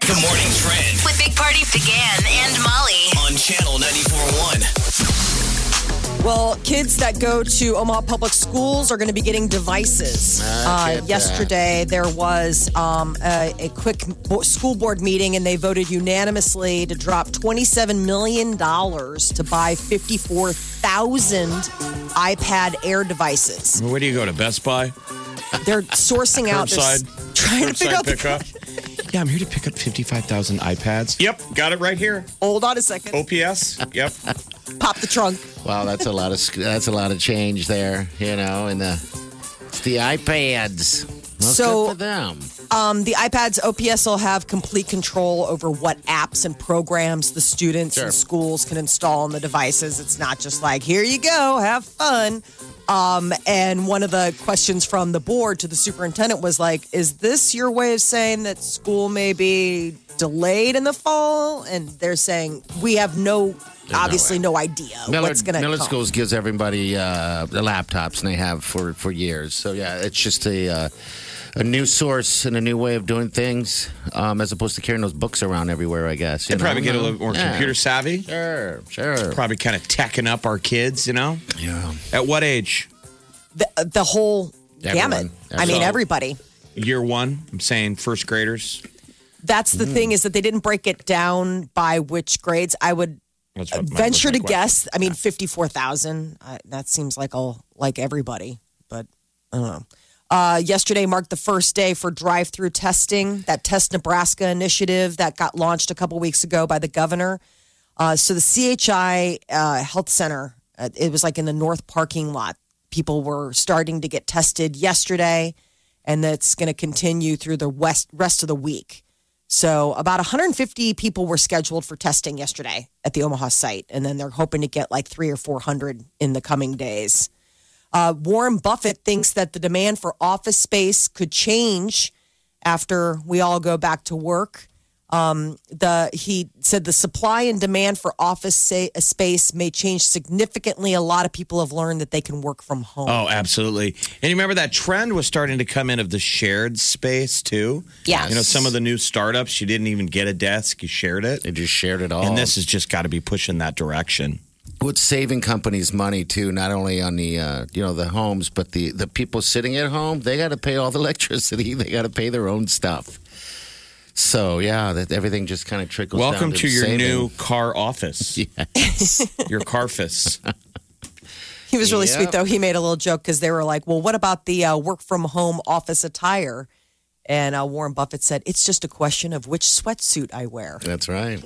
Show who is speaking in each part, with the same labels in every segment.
Speaker 1: The morning trend
Speaker 2: With Big Party began and Molly.
Speaker 1: on channel 94.1.
Speaker 3: Well, kids that go to Omaha Public Schools are going to be getting devices. Uh, yesterday, there was um, a, a quick bo- school board meeting, and they voted unanimously to drop $27 million to buy 54,000 iPad Air devices.
Speaker 4: Where do you go to Best Buy?
Speaker 3: They're sourcing out this,
Speaker 4: Curbside?
Speaker 3: trying to figure
Speaker 4: Curbside
Speaker 3: out the.
Speaker 4: pickup. yeah, I'm here to pick up 55,000 iPads. Yep, got it right here.
Speaker 3: Hold on a second.
Speaker 4: OPS. Yep.
Speaker 3: Pop the trunk.
Speaker 5: Wow, that's a lot of sc- that's a lot of change there. You know, and the it's the iPads. Well,
Speaker 3: So-
Speaker 5: good for them.
Speaker 3: Um, the iPads OPS will have complete control over what apps and programs the students and schools can install on the devices. It's not just like, here you go, have fun. Um, and one of the questions from the board to the superintendent was like, is this your way of saying that school may be delayed in the fall? And they're saying, we have no, obviously no, idea what's going to
Speaker 5: Miller
Speaker 3: come.
Speaker 5: Schools gives everybody uh, the laptops, and they have for for years. So yeah, it's just a uh, a new source and a new way of doing things, um, as opposed to carrying those books around everywhere. I guess you
Speaker 4: They probably
Speaker 5: know?
Speaker 4: get a little more
Speaker 5: Yeah.
Speaker 4: computer savvy.
Speaker 5: Sure, sure.
Speaker 4: Probably kind of teching up our kids, you know?
Speaker 5: Yeah.
Speaker 4: At what age?
Speaker 3: The, uh, the whole gamut.
Speaker 5: Everyone.
Speaker 3: I mean,
Speaker 4: So-
Speaker 3: everybody.
Speaker 4: Year one? I'm saying first graders.
Speaker 3: That's the thing is that they didn't break it down by which grades. I would
Speaker 4: That's what my-
Speaker 3: venture
Speaker 4: was
Speaker 3: to
Speaker 4: my
Speaker 3: guess. I mean, fifty-four thousand. uh, That seems like all like everybody, but I don't know. Uh, yesterday marked the first day for drive-through testing. That Test Nebraska initiative that got launched a couple weeks ago by the governor. Uh, so the CHI uh, Health Center, uh, it was like in the north parking lot. People were starting to get tested yesterday, and that's going to continue through the west rest of the week. So about 150 people were scheduled for testing yesterday at the Omaha site, and then they're hoping to get like three or 400 in the coming days. Uh, Warren Buffett thinks that the demand for office space could change after we all go back to work. Um, the he said the supply and demand for office sa- uh, space may change significantly. A lot of people have learned that they can work from home.
Speaker 4: Oh, absolutely. And you remember that trend was starting to come in of the shared space too?
Speaker 3: Yes.
Speaker 4: You know, some of the new startups, you didn't even get a desk, you shared it.
Speaker 5: They just shared it all.
Speaker 4: And this has just got to be pushing that direction.
Speaker 5: what's saving companies money too not only on the uh, you know the homes but the the people sitting at home they got to pay all the electricity they got to pay their own stuff so yeah that everything just kind of trickles
Speaker 4: Welcome
Speaker 5: down
Speaker 4: to,
Speaker 5: to,
Speaker 4: your
Speaker 5: saving.
Speaker 4: new car office. your carfus.
Speaker 3: He was really sweet,
Speaker 5: Yep.
Speaker 3: though. He made a little joke because they were like, "Well, what about the uh, work from home office attire?" And uh, Warren Buffett said, "It's just a question of which sweatsuit I wear."
Speaker 5: that's right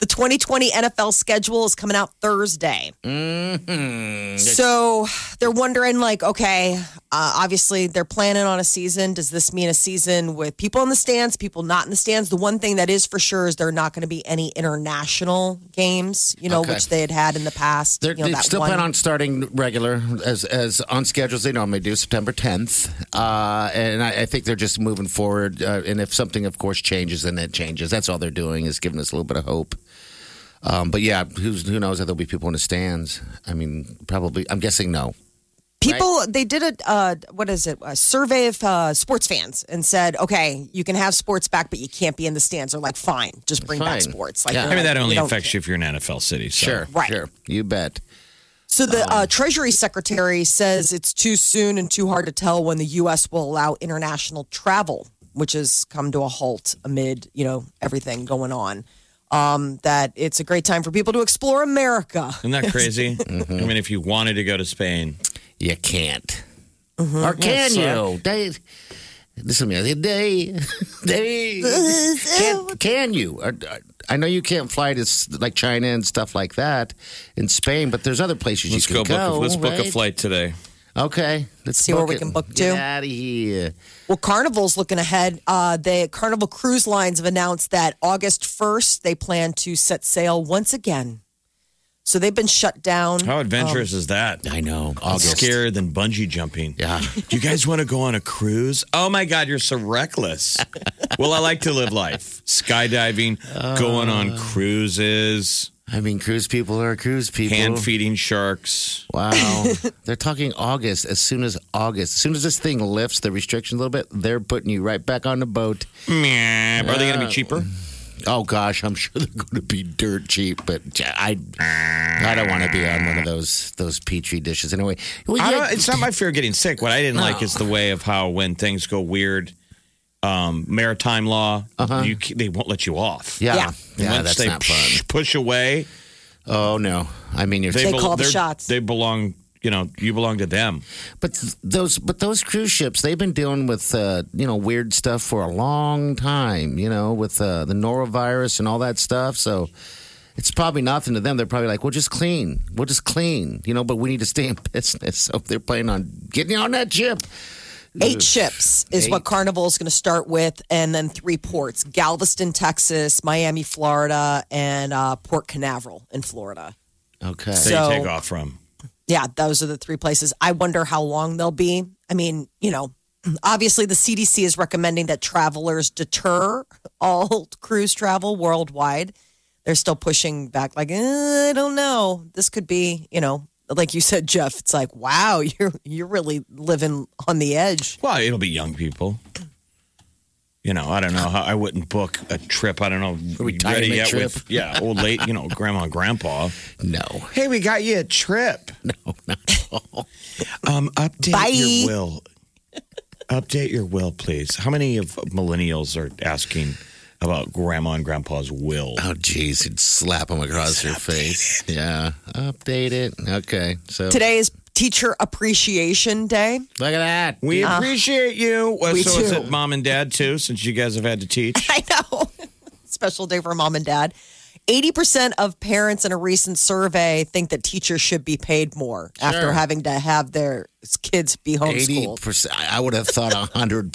Speaker 3: The 2020 NFL schedule is coming out Thursday,
Speaker 5: Mm-hmm.
Speaker 3: so they're wondering, like, okay, uh, obviously they're planning on a season. Does this mean a season with people in the stands, people not in the stands? The one thing that is for sure is there are not going to be any international games, you know,
Speaker 5: Okay.
Speaker 3: which they had had in the past.
Speaker 5: they're,
Speaker 3: you know,
Speaker 5: they
Speaker 3: that
Speaker 5: still
Speaker 3: one-
Speaker 5: plan on starting regular as as on schedule as they normally do september 10th uh, and I, I think they're just moving forward uh, and if something of course changes then it changes that's all they're doing is giving us a little bit of hope um, but yeah, who's, who knows that there'll be people in the stands? I mean, probably. I'm guessing no.
Speaker 3: people they did a uh, what is it a survey of uh, sports fans and said okay you can have sports back but you can't be in the stands or like fine just bring back
Speaker 5: Fine.
Speaker 3: sports like
Speaker 5: Yeah.
Speaker 3: they're
Speaker 4: I mean,
Speaker 3: like,
Speaker 4: that only
Speaker 3: we don't
Speaker 4: affects you if you're an NFL city. So.
Speaker 3: Right.
Speaker 5: Sure. You bet.
Speaker 3: So the uh, Treasury Secretary says it's too soon and too hard to tell when the U.S. will allow international travel, which has come to a halt amid you know everything going on. Um, that it's a great time for people to explore America.
Speaker 4: Isn't that crazy? I mean, if you wanted to go to Spain,
Speaker 5: You can't.
Speaker 3: Mm-hmm.
Speaker 5: Or can you? They, listen to me. They, they can, can you? Or- or- I know you can't fly to s- like China and stuff like that in Spain, but there's other places
Speaker 4: let's
Speaker 5: you
Speaker 4: go,
Speaker 5: can go.
Speaker 4: book. A, let's book a
Speaker 5: right?
Speaker 4: flight today.
Speaker 5: Okay, let's
Speaker 3: See where
Speaker 5: book
Speaker 3: we
Speaker 5: it.
Speaker 3: can book
Speaker 5: Get
Speaker 3: to.
Speaker 5: out of here.
Speaker 3: Well, Carnival's looking ahead. Uh, the Carnival Cruise Lines have announced that August 1st, they plan to set sail once again. So they've been shut down.
Speaker 4: How adventurous is that?
Speaker 5: I know.
Speaker 4: It's
Speaker 5: August.
Speaker 4: Scarier than bungee jumping.
Speaker 5: Yeah.
Speaker 4: Do you guys want to go on a cruise? Oh my God, you're so reckless. well, I like to live life. Skydiving, going on cruises,
Speaker 5: I mean, cruise people are cruise people.
Speaker 4: hand feeding sharks.
Speaker 5: Wow. they're talking August. As soon as August, as soon as this thing lifts the restrictions a little bit, they're putting you right back on the boat.
Speaker 4: Meh. Are they going to be cheaper?
Speaker 5: Oh gosh, I'm sure they're going to be dirt cheap, but I, I don't want to be on one of those those petri dishes anyway. Well,
Speaker 4: I
Speaker 5: yeah,
Speaker 4: don't, it's not my fear of getting sick. What I didn't like is the way of how when things go weird, um, maritime law, you ca- they won't let you off.
Speaker 5: Uh-huh. yeah,
Speaker 3: Yeah.
Speaker 5: yeah,
Speaker 4: Once
Speaker 5: that's
Speaker 4: they
Speaker 5: not fun.
Speaker 4: push- push away,
Speaker 5: Oh no, I mean you're.
Speaker 3: They call the
Speaker 4: they're-
Speaker 3: shots.
Speaker 4: They belong. You know, you belong to them.
Speaker 5: But th- those, but those cruise ships, they've been dealing with uh, you know weird stuff for a long time. You know, with uh, the norovirus and all that stuff. So it's probably nothing to them. They're probably like, we'll just clean, we'll just clean. You know, but we need to stay in business. So they're planning on getting on that ship.
Speaker 3: Eight ships is what Carnival is going to start with, and then three ports Galveston, Texas, Miami, Florida, and uh, Port Canaveral in Florida.
Speaker 5: Okay.
Speaker 4: That
Speaker 3: So-
Speaker 4: you take off from.
Speaker 3: Yeah, those are the three places. I wonder how long they'll be. I mean, you know, obviously the CDC is recommending that travelers deter all cruise travel worldwide. They're still pushing back, like, eh, I don't know. This could be, you know, like you said, Jeff. It's like, wow, you're you're really living on the edge.
Speaker 4: Well, it'll be young people. You know, I don't know how I wouldn't book a trip. I don't know.
Speaker 5: Retirement
Speaker 4: ready yet
Speaker 5: trip.
Speaker 4: with yeah, old late, you know, grandma and grandpa.
Speaker 5: no.
Speaker 4: Hey, we got you a trip. No, not um, update
Speaker 3: Bye.
Speaker 4: your will. Update your will, please. How many of millennials are asking about grandma and grandpa's will?
Speaker 5: Oh, geez, he'd slap him across your face. Yeah, update it. Okay, so
Speaker 3: Today is Teacher Appreciation Day.
Speaker 5: look at that.
Speaker 4: We appreciate you. Well,
Speaker 3: Ah. we
Speaker 4: so is
Speaker 3: do.
Speaker 4: it mom and dad too, since you guys have had to teach?
Speaker 3: I know. Special day for mom and dad. 80% of parents in a recent survey think that teachers should be paid more after
Speaker 5: Sure.
Speaker 3: having to have their kids be
Speaker 5: Eighty
Speaker 3: homeschooled.
Speaker 5: percent. I would have thought hundred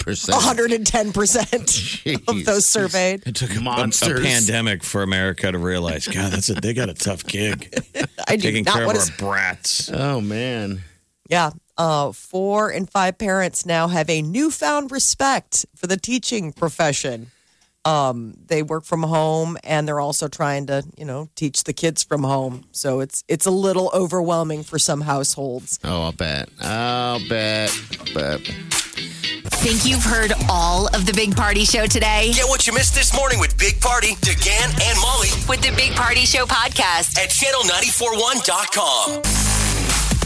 Speaker 5: percent.
Speaker 3: 110% of those surveyed.
Speaker 4: It took a- a, a
Speaker 5: Monsters.
Speaker 4: pandemic for America to realize, God, that's a, they got a tough gig.
Speaker 3: I do
Speaker 4: Taking
Speaker 3: not
Speaker 4: care of
Speaker 3: want
Speaker 4: our
Speaker 3: to.
Speaker 4: brats.
Speaker 5: Oh man.
Speaker 3: Yeah. Uh, four and five parents now have a newfound respect for the teaching profession. Um, they work from home and they're also trying to, you know, teach the kids from home. So it's it's a little overwhelming for some households.
Speaker 5: Oh, I'll bet. I'll bet. But
Speaker 2: Think you've heard all of the Big Party Show today?
Speaker 1: Get what you missed this morning with Big Party, DeGan, and Molly
Speaker 2: With the Big Party Show podcast.
Speaker 1: at channel941.com.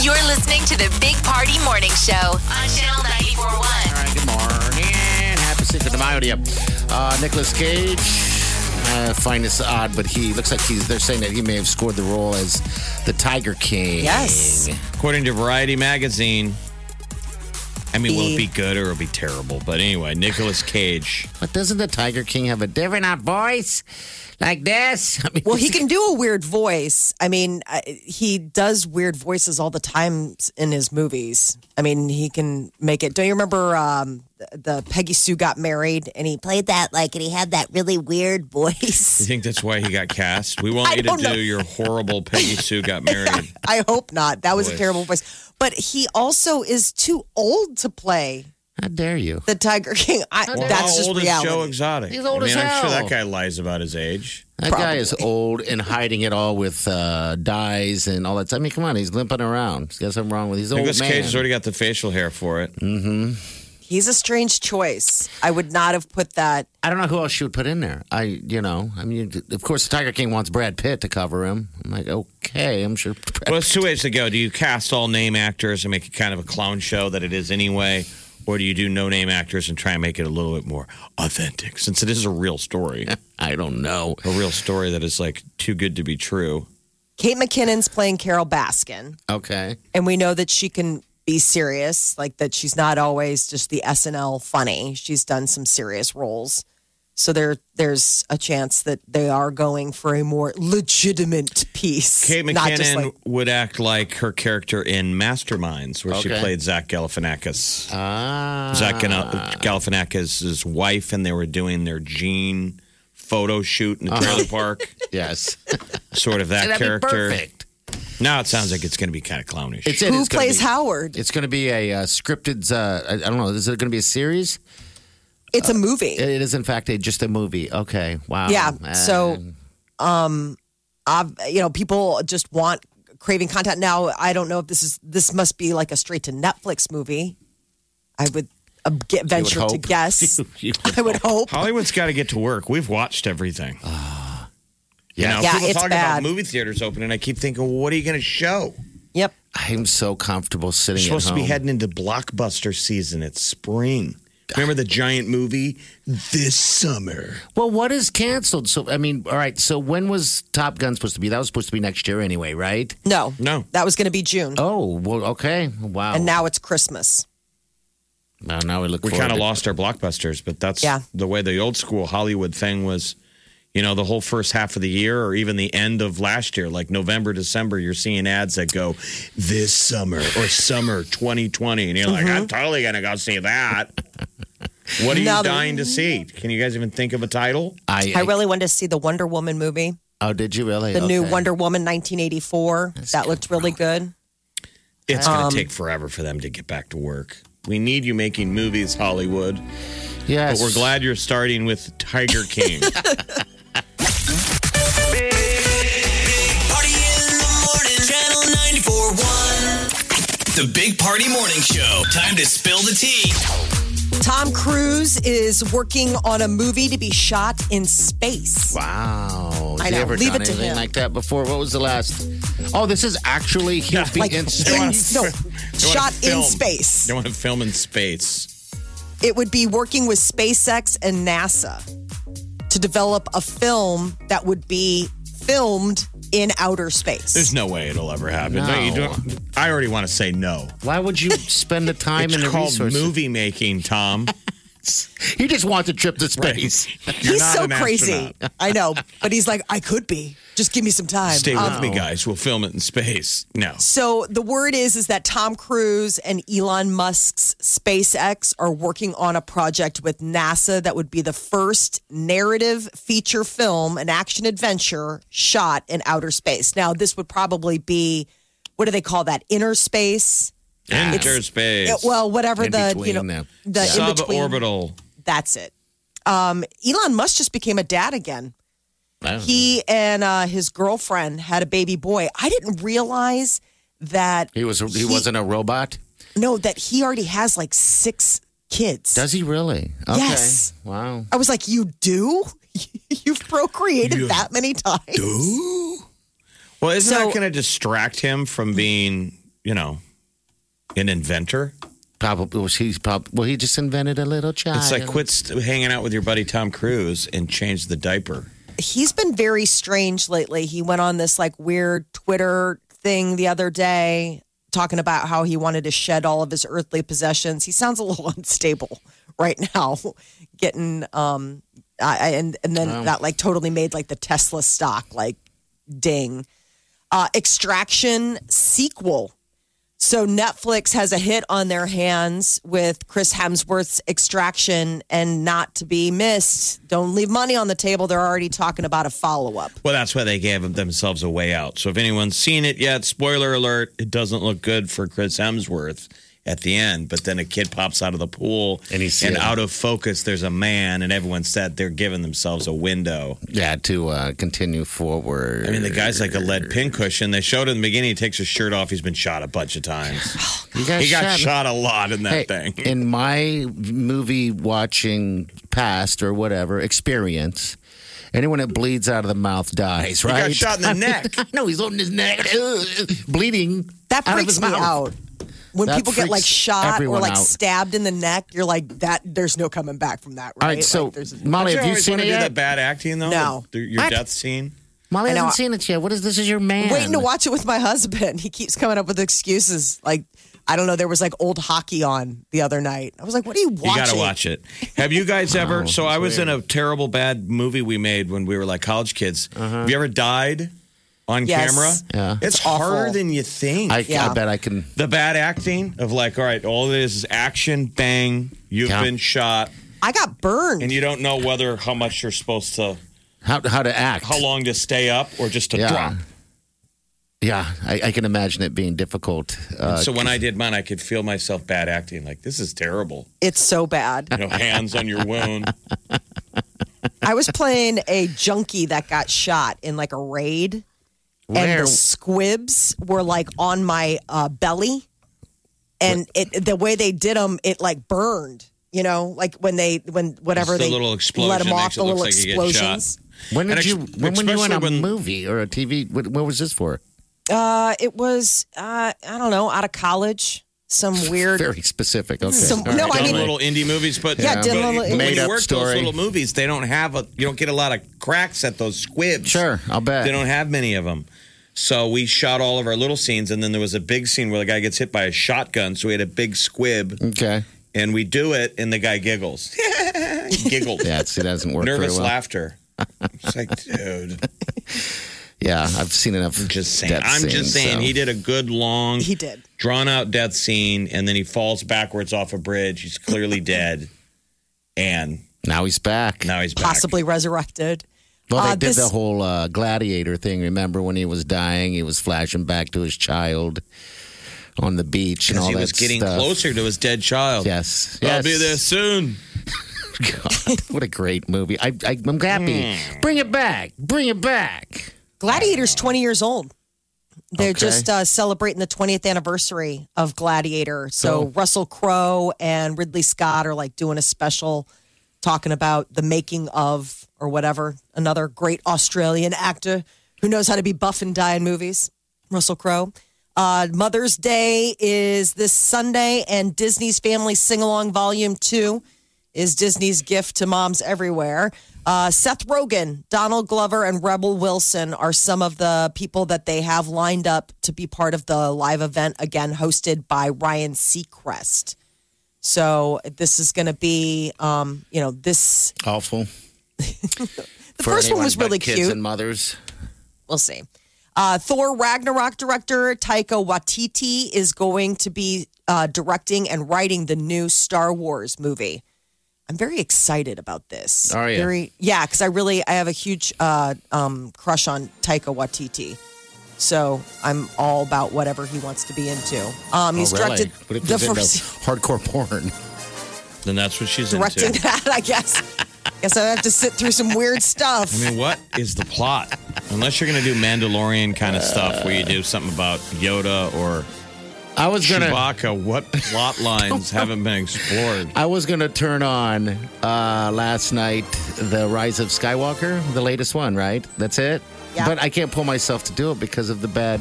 Speaker 2: You're listening to the Big Party Morning Show on Channel 941.
Speaker 5: all right, good morning. Happy Cinco de Mayo to you. Uh, Nicholas Cage. I find this odd, but he looks like he's. They're saying that he may have scored the role as the Tiger King.
Speaker 3: Yes.
Speaker 4: According to Variety magazine, I mean, will it be good or it'll be terrible? But anyway, Nicolas Cage.
Speaker 5: But doesn't the Tiger King have a different uh, voice like this? I mean,
Speaker 3: Well, he can do a weird voice. I mean, I, he does weird voices all the time in his movies. I mean, he can make it. Don't you remember um, the Peggy Sue got married and he played that like, and he had that really weird
Speaker 4: You
Speaker 3: voice.
Speaker 4: think that's why he got cast? We want
Speaker 3: I
Speaker 4: you to
Speaker 3: don't
Speaker 4: do
Speaker 3: know.
Speaker 4: your horrible Peggy Sue got married.
Speaker 3: I hope not. That was a
Speaker 4: Voice.
Speaker 3: terrible voice. But he also is too old to play
Speaker 5: How dare you?
Speaker 3: the Tiger King. I,
Speaker 4: Well,
Speaker 3: that's
Speaker 4: how
Speaker 3: just
Speaker 4: old
Speaker 3: reality.
Speaker 4: is Joe Exotic?
Speaker 5: He's old
Speaker 4: I mean,
Speaker 5: as
Speaker 4: I'm sure
Speaker 5: hell.
Speaker 4: that guy lies about his age.
Speaker 5: That guy is old and hiding it all with uh, dyes and all that. I mean, come on, he's limping around. He's got something wrong with. He's an old
Speaker 4: Nicolas
Speaker 5: man.
Speaker 4: Cage has already got the facial hair for it.
Speaker 3: He's a strange choice. I would not have put that.
Speaker 5: I don't know who else she would put in there. I, you know, I mean, of course, Tiger King wants Brad Pitt to cover him. I'm like, okay, I'm sure. Brad-
Speaker 4: Well, it's two ways to go. Do you cast all name actors and make it kind of a clown show that it is anyway? Or do you do no name actors and try and make it a little bit more authentic since it is a real story?
Speaker 5: I don't know.
Speaker 4: a real story that is like too good to be true.
Speaker 3: Kate McKinnon's playing Carol Baskin.
Speaker 5: Okay,
Speaker 3: and we know that she can be serious, like that she's not always just the SNL funny. She's done some serious roles. So there, there's a chance that they are going for a more legitimate piece.
Speaker 4: Kate
Speaker 3: not just
Speaker 4: McKinnon
Speaker 3: like-
Speaker 4: would act like her character in Masterminds, where she
Speaker 5: Okay.
Speaker 4: played Zach Galifianakis.
Speaker 5: Ah.
Speaker 4: Zach Gana- Galifianakis' wife, and they were doing their gene photo shoot in the trailer park.
Speaker 5: Yes.
Speaker 4: Sort of that
Speaker 5: That'd be
Speaker 4: character.
Speaker 5: perfect.
Speaker 4: Now it sounds like it's going to be kind of clownish.
Speaker 5: It's it.
Speaker 3: who
Speaker 5: It's gonna
Speaker 3: plays
Speaker 5: be-
Speaker 3: Howard?
Speaker 5: It's going to be a uh, scripted. Uh, I, I don't know. Is it going to be a series?
Speaker 3: It's a movie.
Speaker 5: It is, in fact, a, just a movie. Okay. Wow.
Speaker 3: Yeah.
Speaker 5: Uh,
Speaker 3: so, um, I've, you know, people just want craving content now. I don't know if this is this must be like a straight to Netflix movie. I would uh, get, venture to
Speaker 5: hope.
Speaker 3: guess.
Speaker 5: you-
Speaker 3: I would hope.
Speaker 4: Hollywood's got to get to work. We've watched everything. You know,
Speaker 3: Yeah,
Speaker 4: people
Speaker 3: it's
Speaker 4: talk
Speaker 3: bad.
Speaker 4: about movie theaters opening. I keep thinking, well, what are you going to show?
Speaker 3: Yep.
Speaker 5: I'm so comfortable sitting.
Speaker 4: We're
Speaker 5: at
Speaker 4: supposed to be
Speaker 5: home.
Speaker 4: heading into blockbuster season. It's spring. Remember the giant movie this summer?
Speaker 5: Well, what is canceled? So, I mean, all right. So, when was Top Gun supposed to be? That was supposed to be next year, anyway, right?
Speaker 3: No.
Speaker 4: No.
Speaker 3: That was going to be June,
Speaker 5: Oh, well, okay. Wow.
Speaker 3: and now it's Christmas.
Speaker 5: Well, now we look.
Speaker 4: We
Speaker 5: forward
Speaker 4: kind of
Speaker 5: to-
Speaker 4: lost our blockbusters, but that's
Speaker 3: Yeah.
Speaker 4: the way the old school Hollywood thing was. You know, the whole first half of the year or even the end of last year, like November, December, you're seeing ads that go this summer or summer 2020. And you're like, I'm totally going to go see that. What are you
Speaker 3: Now the-
Speaker 4: dying to see? Can you guys even think of a title?
Speaker 5: I,
Speaker 3: I really wanted to see the Wonder Woman movie,
Speaker 5: Oh, did you really?
Speaker 3: the new
Speaker 5: Okay.
Speaker 3: Wonder Woman 1984. that looked really good.
Speaker 4: It's going to
Speaker 3: Um,
Speaker 4: take forever for them to get back to work. We need you making movies, Hollywood.
Speaker 5: Yes.
Speaker 4: But we're glad you're starting with Tiger King.
Speaker 1: Big Party in the morning, channel 941. The Big Party Morning Show. Time to spill the tea.
Speaker 3: Tom Cruise is working on a movie to be shot in space.
Speaker 5: Wow. Has
Speaker 3: I
Speaker 5: he
Speaker 3: know.
Speaker 5: ever
Speaker 3: Leave
Speaker 5: done
Speaker 3: it to
Speaker 5: anything
Speaker 3: him.
Speaker 5: like that before? What was the last? Oh, this is actually he'll be
Speaker 3: Like,
Speaker 5: in
Speaker 3: in-
Speaker 5: space.
Speaker 3: no,
Speaker 4: They
Speaker 3: shot
Speaker 4: wanna
Speaker 3: in
Speaker 4: film.
Speaker 3: space.
Speaker 4: They want to film in space.
Speaker 3: it would be working with SpaceX and NASA to develop a film that would be filmed in outer space.
Speaker 4: There's no way it'll ever happen.
Speaker 5: No.
Speaker 4: you don't- I already want to say no.
Speaker 5: Why would you spend the time
Speaker 4: It's
Speaker 5: and the
Speaker 4: called
Speaker 5: resources?
Speaker 4: movie making, Tom.
Speaker 5: He just wants a trip to space.
Speaker 4: You're
Speaker 3: he's
Speaker 4: not
Speaker 3: so
Speaker 4: an
Speaker 3: crazy.
Speaker 4: astronaut.
Speaker 3: I know, but he's like, I could be. Just give me some time.
Speaker 4: Stay
Speaker 3: Um,
Speaker 5: Oh.
Speaker 4: with me, guys. We'll film it in space. No.
Speaker 3: so the word is is that Tom Cruise and Elon Musk's SpaceX are working on a project with NASA that would be the first narrative feature film, an action adventure shot in outer space. Now, this would probably be what do they call that? Inner space.
Speaker 4: Enter space.
Speaker 3: Yeah, uh, well, whatever
Speaker 5: In
Speaker 3: the you
Speaker 5: between
Speaker 3: know
Speaker 5: them.
Speaker 3: the in between,
Speaker 4: Suborbital.
Speaker 3: That's it. Um, Elon Musk just became a dad again. He and uh, his girlfriend had a baby boy. I didn't realize that
Speaker 5: He was. He wasn't a robot.
Speaker 3: no that he already has like six kids.
Speaker 5: Does he really? Okay.
Speaker 3: Yes.
Speaker 5: Wow.
Speaker 3: I was like, you do? You've procreated that many times?
Speaker 4: Well, isn't
Speaker 3: So-
Speaker 4: that going to distract him from being, you know, an inventor?
Speaker 5: Probably was he? Prob- well, he just invented a little child.
Speaker 4: It's like quit st- hanging out with your buddy Tom Cruise and change the diaper.
Speaker 3: he's been very strange lately. He went on this like weird Twitter thing the other day talking about how he wanted to shed all of his earthly possessions. He sounds a little unstable right now, getting um I, I- and and then that like totally made like the Tesla stock like ding. Uh Extraction sequel. So Netflix has a hit on their hands with Chris Hemsworth's Extraction and not to be missed. Don't leave money on the table. They're already talking about a follow-up.
Speaker 4: Well, that's why they gave themselves a way out. So if anyone's seen it yet, spoiler alert, it doesn't look good for Chris Hemsworth at the end. But then a kid pops out of the pool
Speaker 5: And he's-
Speaker 4: and
Speaker 5: yeah.
Speaker 4: out of focus, there's a man, and everyone said they're giving themselves a window.
Speaker 5: yeah to uh, continue forward.
Speaker 4: I mean, the guy's like a lead pincushion. They showed it in the beginning, he takes his shirt off. He's been shot a bunch of times.
Speaker 5: You got
Speaker 4: He got
Speaker 5: shot.
Speaker 4: shot a lot in that
Speaker 5: Hey,
Speaker 4: thing.
Speaker 5: In my movie watching past or whatever experience, anyone that bleeds out of the mouth dies,
Speaker 4: He
Speaker 5: right?
Speaker 4: got shot in the neck.
Speaker 5: no, he's holding his neck, ugh, bleeding.
Speaker 3: That
Speaker 5: out of
Speaker 3: freaks
Speaker 5: his
Speaker 3: me
Speaker 5: mouth.
Speaker 3: out. When
Speaker 5: That
Speaker 3: people get like
Speaker 5: freaks
Speaker 3: shot or
Speaker 5: everyone
Speaker 3: like
Speaker 5: out.
Speaker 3: stabbed in the neck, you're like that. There's no coming back from that, right?
Speaker 5: All right, so
Speaker 3: Like, there's-
Speaker 5: Molly,
Speaker 4: Don't
Speaker 5: have you
Speaker 4: always
Speaker 5: seen
Speaker 4: wanna
Speaker 5: it
Speaker 4: do
Speaker 5: yet?
Speaker 4: that bad acting though?
Speaker 3: No.
Speaker 4: The- your
Speaker 5: What?
Speaker 4: death scene?
Speaker 5: Molly
Speaker 3: I know,
Speaker 5: hasn't seen it yet. What is this? Is your man?
Speaker 3: waiting to watch it with my husband. He keeps coming up with excuses like. I don't know. There was like old hockey on the other night. I was like, what are you watching?
Speaker 4: You got to watch it. Have you guys ever? So I was in a terrible bad movie we made when we were like college kids. Have you ever died on
Speaker 3: Yes.
Speaker 4: camera?
Speaker 5: Yeah.
Speaker 4: It's,
Speaker 3: awful.
Speaker 4: harder than you think.
Speaker 5: I, I
Speaker 3: Yeah.
Speaker 5: bet I can.
Speaker 4: the bad acting of like, all right, all it is is action, bang, you've
Speaker 5: Yeah.
Speaker 4: been shot,
Speaker 3: I got burned.
Speaker 4: and you don't know whether how much you're supposed to,
Speaker 5: How how to act?
Speaker 4: how long to stay up or just to
Speaker 5: Yeah.
Speaker 4: drop.
Speaker 5: Yeah, I, I can imagine it being difficult. Uh,
Speaker 4: So when I did mine, I could feel myself bad acting. Like this is terrible.
Speaker 3: it's so bad.
Speaker 4: You know, hands on your wound.
Speaker 3: I was playing a junkie that got shot in like a raid, and
Speaker 5: where
Speaker 3: the squibs were like on my uh, belly, and it the way they did them, it like burned. You know, like when they when whatever
Speaker 4: Just the
Speaker 3: they
Speaker 4: little
Speaker 3: let them
Speaker 4: explosion
Speaker 3: off
Speaker 4: makes it
Speaker 3: the
Speaker 4: look
Speaker 3: little
Speaker 4: like you get
Speaker 3: explosions.
Speaker 5: when did
Speaker 4: and
Speaker 5: you
Speaker 4: ex-
Speaker 5: when were you in
Speaker 4: especially
Speaker 5: a
Speaker 4: when-
Speaker 5: movie or a TV? What, what was this for?
Speaker 3: Uh, it was uh, I don't know out of college, some weird
Speaker 5: Very specific. Okay.
Speaker 3: Some-
Speaker 5: All
Speaker 3: no, I
Speaker 4: done
Speaker 3: mean-
Speaker 4: little indie movies, but
Speaker 3: Yeah,
Speaker 4: but
Speaker 3: did little-
Speaker 4: when
Speaker 5: Made
Speaker 4: you
Speaker 5: up
Speaker 4: work
Speaker 5: story.
Speaker 4: those little movies, they don't have a you don't get a lot of cracks at those squibs.
Speaker 5: Sure, I'll bet.
Speaker 4: they don't have many of them. So we shot all of our little scenes, and then there was a big scene where the guy gets hit by a shotgun. So we had a big squib,
Speaker 5: Okay.
Speaker 4: and we do it, and the guy giggles, He giggles,
Speaker 5: Yeah, it's, it hasn't worked. very
Speaker 4: nervous
Speaker 5: well.
Speaker 4: laughter. It's like, dude,
Speaker 5: Yeah, I've seen enough.
Speaker 4: just saying.
Speaker 5: death
Speaker 4: I'm just
Speaker 5: scenes,
Speaker 4: saying,
Speaker 5: so.
Speaker 4: he did a good long,
Speaker 3: He did.
Speaker 4: drawn out death scene, and then he falls backwards off a bridge. He's clearly dead, and
Speaker 5: Now he's back.
Speaker 4: now he's back.
Speaker 3: possibly resurrected.
Speaker 5: Well, they
Speaker 3: Uh,
Speaker 5: did
Speaker 3: this-
Speaker 5: the whole uh, gladiator thing. Remember when he was dying? He was flashing back to his child on the beach and all
Speaker 4: Because he
Speaker 5: that
Speaker 4: was getting
Speaker 5: stuff.
Speaker 4: closer to his dead child.
Speaker 5: Yes.
Speaker 4: I'll
Speaker 5: yes.
Speaker 4: be there soon.
Speaker 5: God, what a great movie. I, I, I'm happy. Bring it back. Bring it back.
Speaker 3: Gladiator's 20 years old. They're
Speaker 5: Okay.
Speaker 3: just uh, celebrating the 20th anniversary of Gladiator. So
Speaker 5: Cool.
Speaker 3: Russell Crowe and Ridley Scott are like doing a special talking about the making of or whatever. Another great Australian actor who knows how to be buff and die in movies, Russell Crowe. Uh, Mother's Day is this Sunday, and Disney's Family Sing Along Volume 2 is Disney's gift to moms everywhere. Uh, Seth Rogen, Donald Glover, and Rebel Wilson are some of the people that they have lined up to be part of the live event, again, hosted by Ryan Seacrest. So this is going to be, um, you know, this.
Speaker 5: Awful.
Speaker 3: The first one was
Speaker 5: anyone but
Speaker 3: really
Speaker 5: kids
Speaker 3: cute.
Speaker 5: and mothers. Oh,
Speaker 3: we'll see. Uh, Thor Ragnarok director Taika Waititi is going to be uh, directing and writing the new Star Wars movie. I'm very excited about this.
Speaker 5: Are ya?
Speaker 3: Very, yeah, because I really I have a huge uh, um, crush on Taika Waititi. So I'm all about whatever he wants to be into. Um, he's
Speaker 5: oh, really?
Speaker 3: directed
Speaker 5: What if
Speaker 3: the
Speaker 5: he's into
Speaker 3: first
Speaker 5: hardcore porn?
Speaker 4: Then that's what she's
Speaker 3: directing
Speaker 4: into.
Speaker 3: that. I guess. guess I have to sit through some weird stuff.
Speaker 4: I mean, what is the plot? Unless you're going to do Mandalorian kind of stuff where you do something about Yoda or
Speaker 5: I was gonna.
Speaker 4: Chewbacca, what plot lines haven't been explored?
Speaker 5: I was going to turn on uh, last night the Rise of Skywalker, the latest one, right? That's it.
Speaker 3: Yeah.
Speaker 5: But I can't pull myself to do it because of the bad,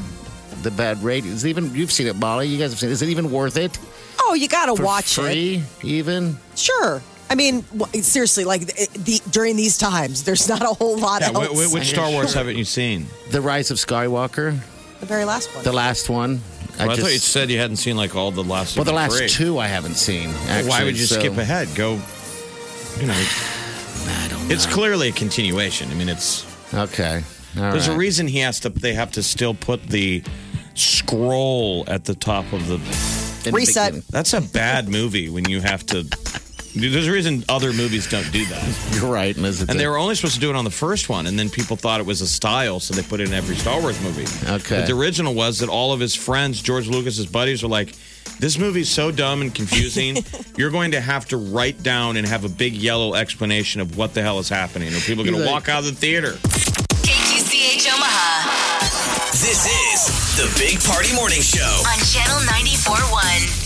Speaker 5: the bad ratings. Even you've seen it, Molly. You guys have seen. it. Is it even worth it?
Speaker 3: oh, you gotta
Speaker 5: For
Speaker 3: watch it.
Speaker 5: free, even.
Speaker 3: Sure. I mean, w- seriously, like the, the during these times, there's not a whole lot
Speaker 4: Yeah,
Speaker 3: else.
Speaker 4: wh- wh- which Star Wars haven't you seen?
Speaker 5: The Rise of Skywalker,
Speaker 3: the very last one.
Speaker 5: the last one.
Speaker 4: Well, I, thought you said you hadn't seen like all the last.
Speaker 5: well, the
Speaker 4: even
Speaker 5: last
Speaker 4: three.
Speaker 5: two I haven't seen. Actually,
Speaker 4: Why would you
Speaker 5: so-
Speaker 4: skip ahead? Go. You know,
Speaker 5: I don't know.
Speaker 4: it's clearly a continuation. I mean, it's
Speaker 5: okay. All
Speaker 4: There's
Speaker 5: right.
Speaker 4: a reason he has to. They have to still put the scroll at the top of the.
Speaker 5: In the
Speaker 3: Reset.
Speaker 5: beginning.
Speaker 4: That's a bad movie when you have to. There's a reason other movies don't do that.
Speaker 5: You're right, Liz.
Speaker 4: And they were only supposed to do it on the first one, and then people thought it was a style, so they put it in every Star Wars movie.
Speaker 5: Okay.
Speaker 4: But the original was that all of his friends, George Lucas's buddies, were like, "This movie's so dumb and confusing. You're going to have to write down and have a big yellow explanation of what the hell is happening, or people are going to
Speaker 5: He's like-
Speaker 4: walk out of the theater."
Speaker 2: KQCH Omaha
Speaker 1: This is the Big Party Morning Show.
Speaker 2: on Channel 94.1.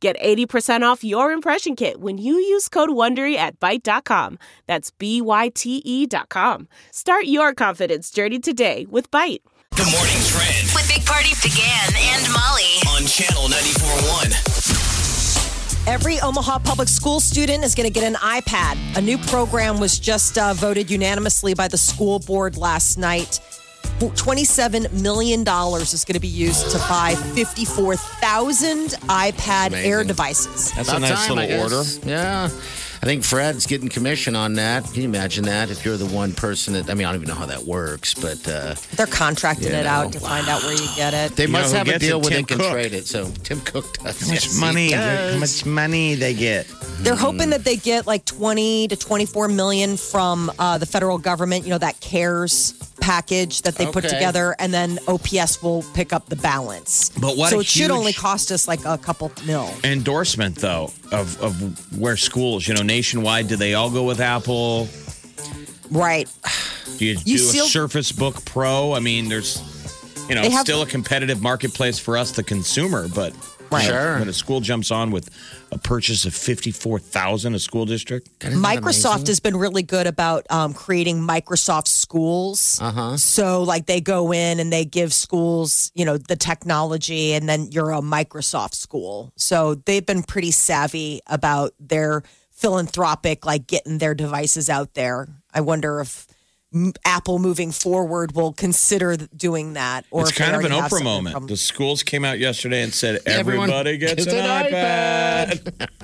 Speaker 6: Get 80% off your impression kit when you use code WONDERY at Byte.com. That's B-Y-T-E E dot com. Start your confidence journey today with Byte.
Speaker 1: The morning trend
Speaker 2: With Big Party began and Molly.
Speaker 1: on channel 94.1.
Speaker 3: Every Omaha public school student is going to get an iPad. A new program was just uh, voted unanimously by the school board last night. $27 million is going to be used to buy 54,000 iPad Air
Speaker 5: Amazing.
Speaker 3: devices.
Speaker 4: That's
Speaker 5: About
Speaker 4: a nice
Speaker 5: time, I
Speaker 4: little order.
Speaker 5: guess. Yeah. I think Fred's getting commission on that. Can you imagine that? If you're the one person that, I mean, I don't even know how that works, but uh,
Speaker 3: They're contracting
Speaker 5: You
Speaker 3: it
Speaker 5: know,
Speaker 3: out to find out where you get it.
Speaker 5: they
Speaker 4: You
Speaker 5: must
Speaker 4: know who
Speaker 5: have a
Speaker 4: gets
Speaker 5: deal
Speaker 4: it?
Speaker 5: where
Speaker 4: Tim
Speaker 5: they can
Speaker 4: Cook.
Speaker 5: trade it. So Tim Cook does.
Speaker 4: How much money? How much money they get?
Speaker 3: They're
Speaker 4: Mm-hmm.
Speaker 3: hoping that they get like 20 to 24 million from uh, the federal government, you know, that CARES package that they put
Speaker 5: Okay.
Speaker 3: together, and then OPS will pick up the balance.
Speaker 4: But what
Speaker 3: So
Speaker 4: a
Speaker 3: it should
Speaker 4: huge-
Speaker 3: only cost us like a couple mil.
Speaker 4: Endorsement though of of where schools, you know, nationwide. Do they all go with Apple?
Speaker 3: Right.
Speaker 4: Do you,
Speaker 3: You
Speaker 4: do
Speaker 3: seal-
Speaker 4: a Surface Book Pro? I mean, there's, you know,
Speaker 3: They
Speaker 4: it's
Speaker 3: have-
Speaker 4: still a competitive marketplace for us, the consumer, but
Speaker 5: Right.
Speaker 4: you know,
Speaker 5: Sure.
Speaker 4: when a school jumps on with a purchase of 54,000 a school district,
Speaker 3: Microsoft has been really good about um, creating Microsoft schools. Uh-huh. So, like, they go in and they give schools, you know, the technology, and then you're a Microsoft school. So, they've been pretty savvy about their philanthropic, like, getting their devices out there. I wonder if m- Apple moving forward will consider th- doing that. Or
Speaker 4: it's
Speaker 3: if they
Speaker 4: kind of an
Speaker 3: already have
Speaker 4: Oprah
Speaker 3: something
Speaker 4: moment.
Speaker 3: from-
Speaker 4: The schools came out yesterday and said,
Speaker 5: Everyone
Speaker 4: everybody gets, an, iPad.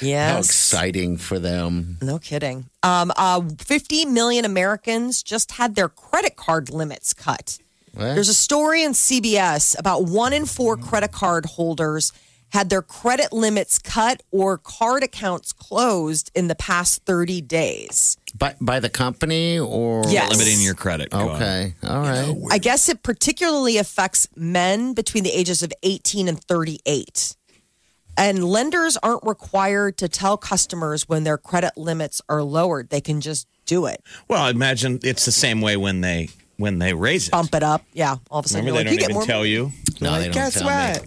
Speaker 3: yes.
Speaker 5: How exciting for them.
Speaker 3: No kidding. Um, uh, 50 million Americans just had their credit card limits cut.
Speaker 5: What?
Speaker 3: There's a story in CBS about one in four credit card holders had their credit limits cut or card accounts closed in the past 30 days.
Speaker 5: By, by the company or?
Speaker 3: Yes.
Speaker 4: Limiting your credit. go on.
Speaker 5: Okay. All right.
Speaker 3: I guess it particularly affects men between the ages of 18 and 38. And lenders aren't required to tell customers when their credit limits are lowered, they can just do it.
Speaker 4: Well, I imagine it's the same way when they when they raise it.
Speaker 3: bump it up. Yeah, all of a sudden
Speaker 4: Remember,
Speaker 3: you're
Speaker 4: they
Speaker 3: like, you get
Speaker 4: don't even
Speaker 3: more.
Speaker 4: tell you.
Speaker 5: No, they don't tell me.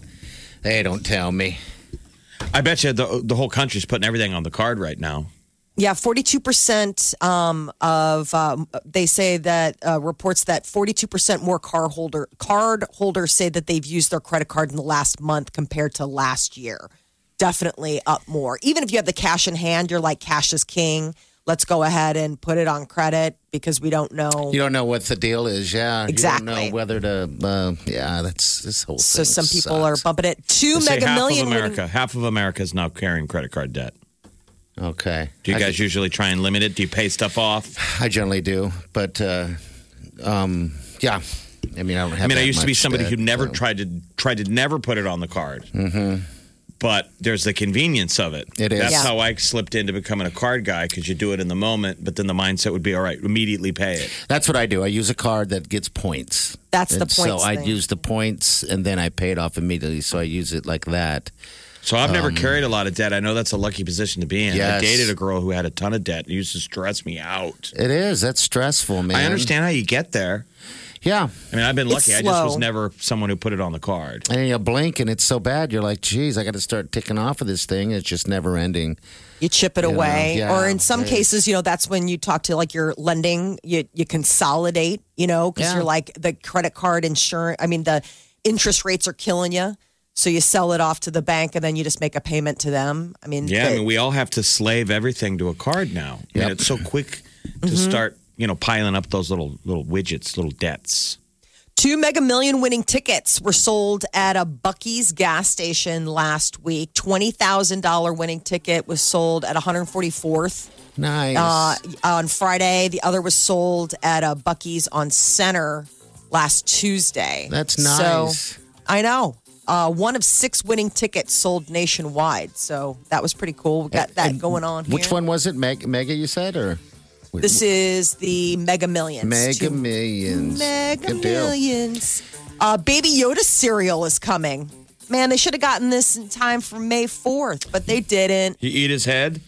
Speaker 5: They don't tell me.
Speaker 4: I bet you the, the whole country's putting everything on the card right now.
Speaker 3: Yeah, forty-two percent um, of um, they say that uh, reports that forty-two percent more car holder card holders say that they've used their credit card in the last month compared to last year. Definitely up more. Even if you have the cash in hand, you're like cash is king. Let's go ahead and put it on credit because we don't know.
Speaker 5: You don't know what the deal is. Yeah. You don't
Speaker 3: Exactly.
Speaker 5: know whether to. Uh, yeah, that's this whole
Speaker 3: so
Speaker 5: thing.
Speaker 3: some people
Speaker 5: sucks.
Speaker 3: are bumping it. Two
Speaker 4: Say
Speaker 3: mega
Speaker 4: half
Speaker 3: million.
Speaker 4: of
Speaker 3: would-
Speaker 4: America, half of America is now carrying credit card debt.
Speaker 5: Okay.
Speaker 4: Do you
Speaker 5: I
Speaker 4: guys usually try and limit it? Do you pay stuff off?
Speaker 5: I generally do, but uh, um, yeah. I mean, I don't have.
Speaker 4: I mean, I
Speaker 5: that
Speaker 4: used to be
Speaker 5: much uh,
Speaker 4: somebody who
Speaker 5: debt,
Speaker 4: never
Speaker 5: so.
Speaker 4: tried to tried to never put it on the card. Mm-hmm. But there's the convenience of it.
Speaker 5: It is.
Speaker 4: That's
Speaker 5: Yeah.
Speaker 4: how I slipped into becoming a card guy because you do it in the moment, but then the mindset would be all right, immediately pay it.
Speaker 5: That's what I do. I use a card that gets points.
Speaker 3: That's the
Speaker 5: And
Speaker 3: points
Speaker 5: So I
Speaker 3: thing.
Speaker 5: use the points, and then I pay it off immediately. So I use it like that.
Speaker 4: So I've never carried a lot of debt. I know that's a lucky position to be in. I
Speaker 5: Um, Yes.
Speaker 4: dated a girl who had a ton of debt. It used to stress me out.
Speaker 5: It is. That's stressful, man.
Speaker 4: I understand how you get there.
Speaker 5: Yeah,
Speaker 4: I mean, I've been
Speaker 3: It's
Speaker 4: lucky. I just was
Speaker 3: slow.
Speaker 4: never someone who put it on the card.
Speaker 5: and you blink, and it's so bad. You're like, geez, I got to start ticking off of this thing. It's just never ending.
Speaker 3: you chip it
Speaker 5: You know,
Speaker 3: away
Speaker 5: yeah,
Speaker 3: or in some
Speaker 5: right.
Speaker 3: cases you know that's when you talk to like your lending you you consolidate you know because
Speaker 5: Yeah.
Speaker 3: you're like the credit card insurance i mean the interest rates are killing you so you sell it off to the bank and then you just make a payment to them i mean
Speaker 4: Yeah, I
Speaker 3: the-
Speaker 4: mean, we all have to slave everything to a card now. I mean,
Speaker 5: Yep.
Speaker 4: it's so quick to start, you know, piling up those little little widgets, little debts.
Speaker 3: Two Mega Million winning tickets were sold at a Bucky's gas station last week. $20,000 winning ticket was sold at 144th
Speaker 5: Nice.
Speaker 3: uh, on Friday. The other was sold at a Bucky's on Center last Tuesday.
Speaker 5: That's
Speaker 3: So,
Speaker 5: nice.
Speaker 3: I know. Uh, one of six winning tickets sold nationwide. So that was pretty cool. We got that going on.
Speaker 5: Which
Speaker 3: here.
Speaker 5: one was it? Meg- Mega, you said, or
Speaker 3: This is the Mega Millions.
Speaker 5: Mega
Speaker 3: Two
Speaker 5: Millions?
Speaker 3: Mega
Speaker 5: Good deal.
Speaker 3: Millions. Uh, Baby Yoda cereal is coming. Man, they should have gotten this in time for May 4th, but they didn't.
Speaker 4: You eat his head,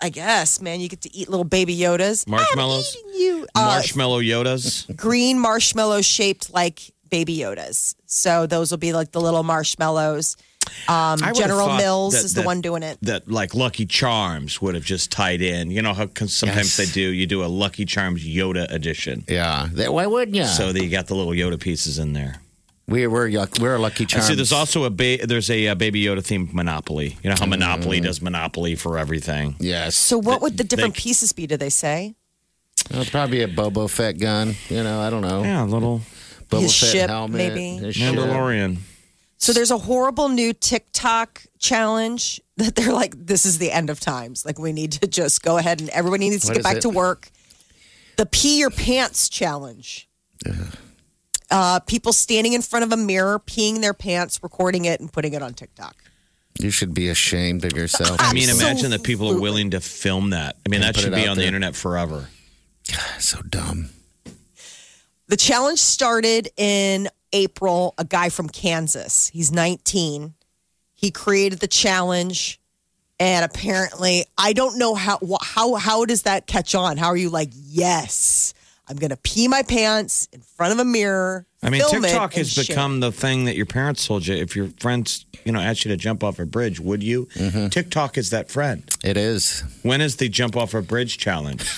Speaker 3: I guess, man, you get to eat little baby Yodas. I'm
Speaker 4: Marshmallows?
Speaker 3: eating you. Uh,
Speaker 4: marshmallow Yodas.
Speaker 3: green marshmallow shaped like baby Yodas. So those will be like the little marshmallows. Um,
Speaker 4: I would've
Speaker 3: General
Speaker 4: thought
Speaker 3: Mills
Speaker 4: that-
Speaker 3: is the
Speaker 4: that-
Speaker 3: one doing it.
Speaker 4: That like Lucky Charms would have just tied in. You know how con- sometimes
Speaker 5: Yes.
Speaker 4: they do. You do a Lucky Charms Yoda edition,
Speaker 5: Yeah. That- why wouldn't you?
Speaker 4: so that you got the little Yoda pieces in there.
Speaker 5: we were yuck, we're a lucky
Speaker 4: And
Speaker 5: charms.
Speaker 4: see, there's also a ba- there's a, uh Baby Yoda themed Monopoly. You know how Monopoly does Monopoly for everything.
Speaker 5: yes.
Speaker 3: So what would the different
Speaker 4: they-
Speaker 3: pieces be? Do they say
Speaker 5: Uh, probably a Bobo Fett gun. You know, I don't know.
Speaker 4: Yeah, little
Speaker 5: Boba
Speaker 3: His
Speaker 5: Fett
Speaker 3: ship,
Speaker 5: helmet,
Speaker 3: maybe.
Speaker 5: his ship.
Speaker 4: Mandalorian.
Speaker 3: So there's a horrible new TikTok challenge that they're like, this is the end of times. Like we need to just go ahead and everybody needs to
Speaker 5: What
Speaker 3: get
Speaker 5: is
Speaker 3: back
Speaker 5: it?
Speaker 3: to work. The pee your pants challenge. Uh, people standing in front of a mirror, peeing their pants, recording it, and putting it on TikTok.
Speaker 5: You should be ashamed of yourself.
Speaker 4: I mean, imagine that people are willing to film that. I mean, that
Speaker 5: put
Speaker 4: should
Speaker 5: it
Speaker 4: be
Speaker 5: out
Speaker 4: on the
Speaker 5: there.
Speaker 4: internet forever.
Speaker 5: so dumb.
Speaker 3: The challenge started in April. A guy from Kansas, he's 19. He created the challenge, and apparently, I don't know how wh- how how does that catch on? How are you like, yes, I'm gonna pee my pants in front of a mirror.
Speaker 4: I mean,
Speaker 3: film it,
Speaker 4: TikTok
Speaker 3: and
Speaker 4: has
Speaker 3: share it."
Speaker 4: become the thing that your parents told you. If your friends, you know, asked you to jump off a bridge, would you?
Speaker 5: Mm-hmm.
Speaker 4: TikTok is that friend.
Speaker 5: It is.
Speaker 4: When is the jump off a bridge challenge?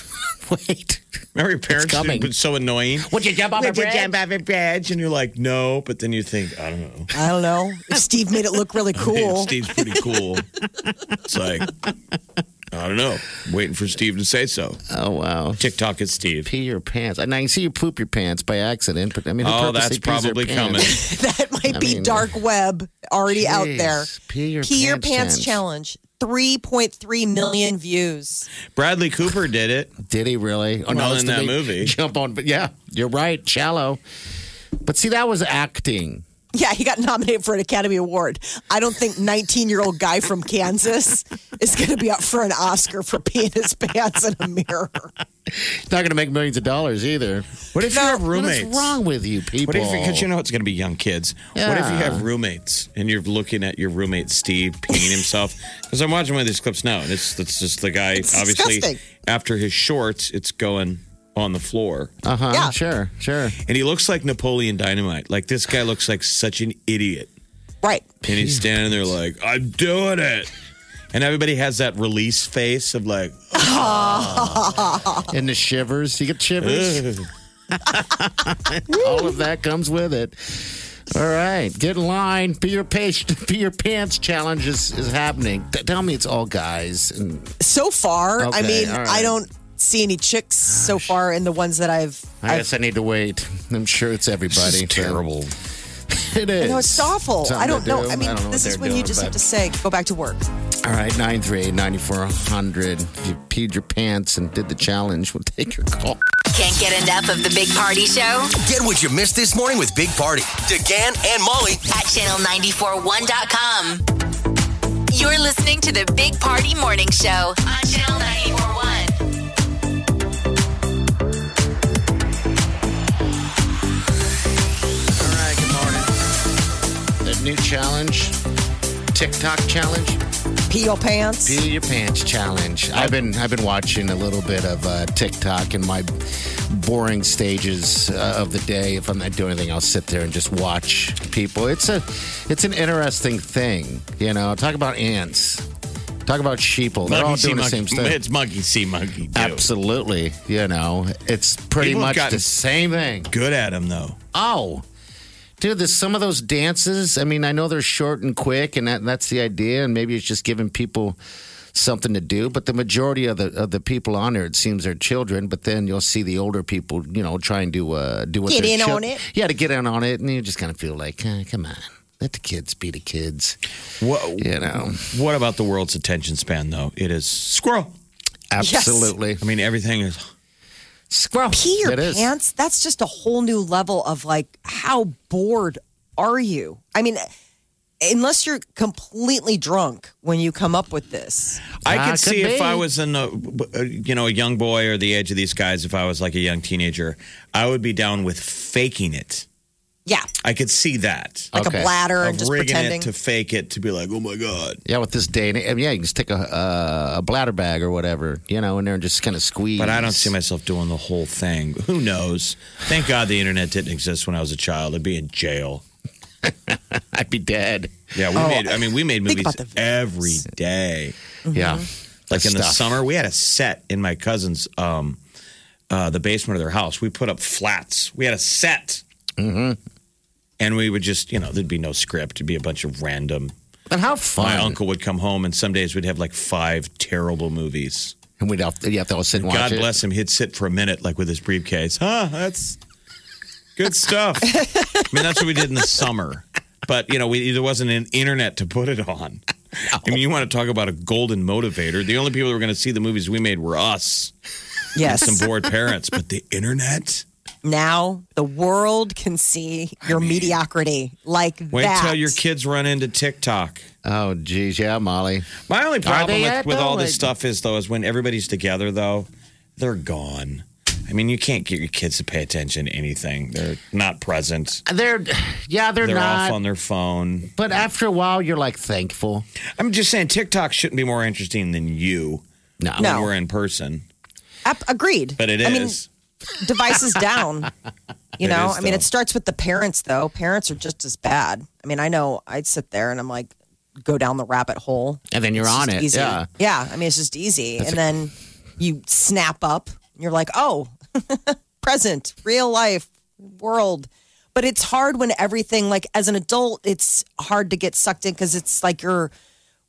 Speaker 5: Wait.
Speaker 4: Remember your parents?
Speaker 5: coming.
Speaker 4: It's so annoying.
Speaker 5: Would you jump off a
Speaker 4: Would you
Speaker 5: bridge?
Speaker 4: jump off a bridge? And you're like, no. But then you think, I don't know.
Speaker 3: I don't know. If Steve made it look really cool.
Speaker 4: Steve's pretty cool. it's like, I don't know. Waiting for Steve to say so.
Speaker 5: Oh wow.
Speaker 4: TikTok is Steve.
Speaker 5: Pee your pants. And I can see you poop your pants by accident, but I mean, who
Speaker 4: Oh, that's
Speaker 5: purposely pees their
Speaker 4: probably coming.
Speaker 5: pants?
Speaker 3: that might
Speaker 5: I
Speaker 3: be
Speaker 5: mean,
Speaker 3: dark web already out
Speaker 5: Jeez.
Speaker 3: there.
Speaker 5: Pee your
Speaker 3: Pee your
Speaker 5: pants
Speaker 3: pants challenge. 3.3 million views.
Speaker 4: Bradley Cooper did it.
Speaker 5: Did he really? Oh
Speaker 4: Well,
Speaker 5: it's
Speaker 4: in
Speaker 5: the
Speaker 4: that
Speaker 5: big
Speaker 4: movie.
Speaker 5: jump on. But yeah, you're right. Shallow. But see, that was acting.
Speaker 3: Yeah, he got nominated for an Academy Award. I don't think 19 year old guy from Kansas is going to be up for an Oscar for peeing his pants in a mirror.
Speaker 5: It's not going to make millions of dollars either.
Speaker 4: What if you have roommates?
Speaker 5: What is wrong with you people?
Speaker 4: What if because you know it's going to be young kids? What if you
Speaker 5: Yeah.
Speaker 4: have roommates and you're looking at your roommate Steve peeing himself? Because I'm watching one of these clips now, and it's that's just the guy.
Speaker 3: It's
Speaker 4: obviously,
Speaker 3: disgusting.
Speaker 4: after his shorts, it's going on the floor,
Speaker 5: Uh huh.
Speaker 3: Yeah.
Speaker 5: Sure. Sure.
Speaker 4: and he looks like Napoleon Dynamite. Like this guy looks like such an idiot,
Speaker 3: Right.
Speaker 4: and he's standing there like, "I'm doing it," and everybody has that release face of like,
Speaker 5: And the shivers. You get shivers. All of that comes with it. All right, get in line. Be your patient. Be your pants challenge is, is happening. Th- tell me it's all guys. And
Speaker 3: So far, I
Speaker 5: Okay,
Speaker 3: mean,
Speaker 5: all right.
Speaker 3: I don't see any chicks so far in the ones that I've.
Speaker 5: I guess I need to wait. I'm sure it's everybody.
Speaker 4: "This is terrible."
Speaker 5: It is.
Speaker 3: No, it's awful.
Speaker 5: Something
Speaker 3: I don't
Speaker 5: to
Speaker 3: know.
Speaker 5: do.
Speaker 3: I mean,
Speaker 5: don't know
Speaker 3: this
Speaker 5: what
Speaker 3: is
Speaker 5: they're
Speaker 3: when you
Speaker 5: doing,
Speaker 3: just have
Speaker 5: but-
Speaker 3: to say, go back to work.
Speaker 5: All right, 938 9400. If you peed your pants and did the challenge, we'll take your call.
Speaker 2: Can't get enough of the Big Party Show
Speaker 1: Get what you missed this morning with Big Party. DeGan and Molly
Speaker 2: at channel941.com. You're listening to the Big Party Morning Show on channel 941.
Speaker 5: All right, good morning. That new challenge, TikTok challenge,
Speaker 3: Pee your pants.
Speaker 5: pee your pants challenge. I've been I've been watching a little bit of uh, TikTok in my boring stages uh, of the day. If I'm not doing anything, I'll sit there and just watch people. It's a it's an interesting thing, you know. Talk about ants. Talk about sheeple. They're all
Speaker 4: Monkey see
Speaker 5: doing the
Speaker 4: monkey.
Speaker 5: same stuff.
Speaker 4: It's monkey see monkey. do.
Speaker 5: Absolutely. You know, it's pretty
Speaker 4: People have
Speaker 5: much
Speaker 4: gotten-
Speaker 5: the same thing.
Speaker 4: Good at him though.
Speaker 5: Oh. Dude, there's some of those dances. I mean, I know they're short and quick, and that, that's the idea. And maybe it's just giving people something to do. But the majority of the of the people on there, it seems, are children. But then you'll see the older people, you know, trying to uh, do what
Speaker 3: Get
Speaker 5: their
Speaker 3: in
Speaker 5: chil-
Speaker 3: on it.
Speaker 5: Yeah, to get in on it, and you just kind of feel like, eh, come on, let the kids be the kids.
Speaker 4: What
Speaker 5: You know,
Speaker 4: What about the world's attention span, though? It is squirrel.
Speaker 5: absolutely.
Speaker 4: I mean, everything is.
Speaker 5: Squirrel.
Speaker 3: pee your
Speaker 5: It is.
Speaker 3: pants that's just a whole new level of like how bored are you i mean unless you're completely drunk when you come up with this
Speaker 4: I
Speaker 5: Ah,
Speaker 4: could see
Speaker 5: could
Speaker 4: if
Speaker 5: be.
Speaker 4: I was in a, you know, a young boy or the age of these guys. If I was like a young teenager, I would be down with faking it.
Speaker 3: yeah
Speaker 4: I could see that.
Speaker 3: like
Speaker 5: Okay.
Speaker 3: a bladder and
Speaker 4: Of
Speaker 3: just
Speaker 4: rigging
Speaker 3: pretending
Speaker 4: it to fake it to be like, oh my god.
Speaker 5: Yeah, with this day, and I mean, yeah, you can just take a, uh, a bladder bag or whatever, you know, in there and just kind of squeeze.
Speaker 4: But I don't see myself doing the whole thing. Who knows? Thank God the internet didn't exist when I was a child. I'd be in jail.
Speaker 5: I'd be dead.
Speaker 4: Yeah, we made. I mean, we made
Speaker 3: Oh, Think
Speaker 4: movies
Speaker 3: about the
Speaker 4: every day.
Speaker 5: Yeah.
Speaker 4: Like
Speaker 5: That's
Speaker 4: in the
Speaker 5: tough.
Speaker 4: summer, we had a set in my cousin's, um, uh, the basement of their house. We put up flats. We had a set, and we would just, you know, there'd be no script. It'd be a bunch of random.
Speaker 5: And how
Speaker 4: My
Speaker 5: fun.
Speaker 4: uncle would come home, and some days we'd have like five terrible movies.
Speaker 5: And we'd have, you have to all sit and watch
Speaker 4: God
Speaker 5: it.
Speaker 4: bless him. He'd sit for a minute, like with his briefcase. Huh? That's good stuff. I mean, that's what we did in the summer. But you know, we, there wasn't an internet to put it on. I mean, you want to talk about a golden motivator? The only people that were going to see the movies we made were us,
Speaker 3: Yes.
Speaker 4: some bored parents. But the internet.
Speaker 3: now the world can see your mediocrity like
Speaker 4: Wait
Speaker 3: that.
Speaker 4: till your kids run into TikTok.
Speaker 5: Oh, geez. Yeah, Molly.
Speaker 4: My only problem
Speaker 5: they
Speaker 4: with,
Speaker 5: at,
Speaker 4: with
Speaker 5: though?
Speaker 4: all this
Speaker 5: Like-
Speaker 4: stuff is though is when everybody's together though, they're gone. I mean, you can't get your kids to pay attention to anything. They're not present.
Speaker 5: They're, yeah, they're,
Speaker 4: They're
Speaker 5: not.
Speaker 4: off on their phone.
Speaker 5: but after a while, you're like thankful.
Speaker 4: I'm just saying TikTok shouldn't be more interesting than you
Speaker 5: No.
Speaker 4: when
Speaker 3: No.
Speaker 4: we're in person,
Speaker 3: Ap- agreed.
Speaker 4: but it is.
Speaker 3: I mean, devices down. You
Speaker 4: It
Speaker 3: know,
Speaker 4: is,
Speaker 3: I mean,
Speaker 4: though.
Speaker 3: it starts with the parents, though. Parents are just as bad. I mean, I know I'd sit there and I'm like, go down the rabbit hole.
Speaker 5: And then you're
Speaker 3: It's
Speaker 5: on
Speaker 3: just
Speaker 5: it.
Speaker 3: easy.
Speaker 5: Yeah.
Speaker 3: Yeah. I mean, it's just easy. and then you snap up and you're like, oh, present, real life, world. But it's hard when everything, like as an adult, it's hard to get sucked in because it's like your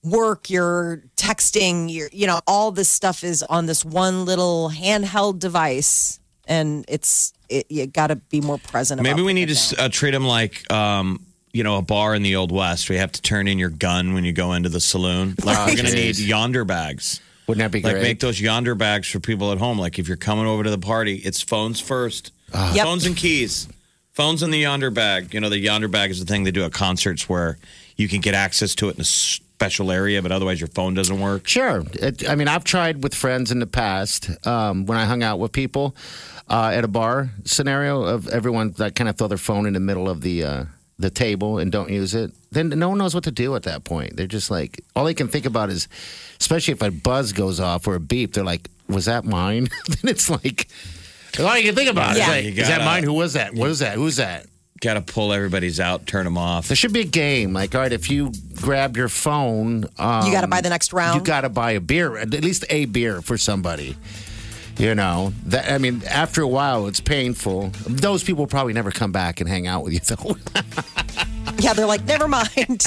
Speaker 3: work, your texting, your, you know, all this stuff is on this one little handheld device. And it's, it, you got to be more present.
Speaker 4: Maybe
Speaker 3: about
Speaker 4: we need
Speaker 3: things.
Speaker 4: to uh, treat them like, um, you know, a bar in the old west. We have to turn in your gun when you go into the saloon. Like
Speaker 3: Oh,
Speaker 4: we're gonna need
Speaker 5: Jeez.
Speaker 4: yonder bags.
Speaker 5: Wouldn't that be
Speaker 4: Like
Speaker 5: great?
Speaker 4: make those yonder bags for people at home. Like if you're coming over to the party, it's phones first,
Speaker 3: Yep.
Speaker 4: phones and keys, phones in the yonder bag. You know, the yonder bag is the thing they do at concerts where you can get access to it in a special area, but otherwise your phone doesn't work.
Speaker 5: Sure. It, I mean, I've tried with friends in the past um, when I hung out with people uh, at a bar scenario of everyone that kind of throw their phone in the middle of the uh, the table and don't use it. Then no one knows what to do at that point. They're just like all they can think about is, especially if a buzz goes off or a beep, they're like, "Was that mine?" then it's like all you can think about
Speaker 4: Yeah.
Speaker 5: is, like,
Speaker 4: You
Speaker 5: "Is that
Speaker 4: gotta-
Speaker 5: mine? Who was that? What is that? Who's that?"
Speaker 4: Got to pull everybody's out, turn them off.
Speaker 5: There should be a game. Like, all right, if you grab your phone, um,
Speaker 3: You gotta buy the next round?
Speaker 5: You got to buy a beer, at least a beer for somebody. You know, that I mean, after a while, it's painful. Those people probably never come back and hang out with you, though.
Speaker 3: Yeah. They're like, never mind.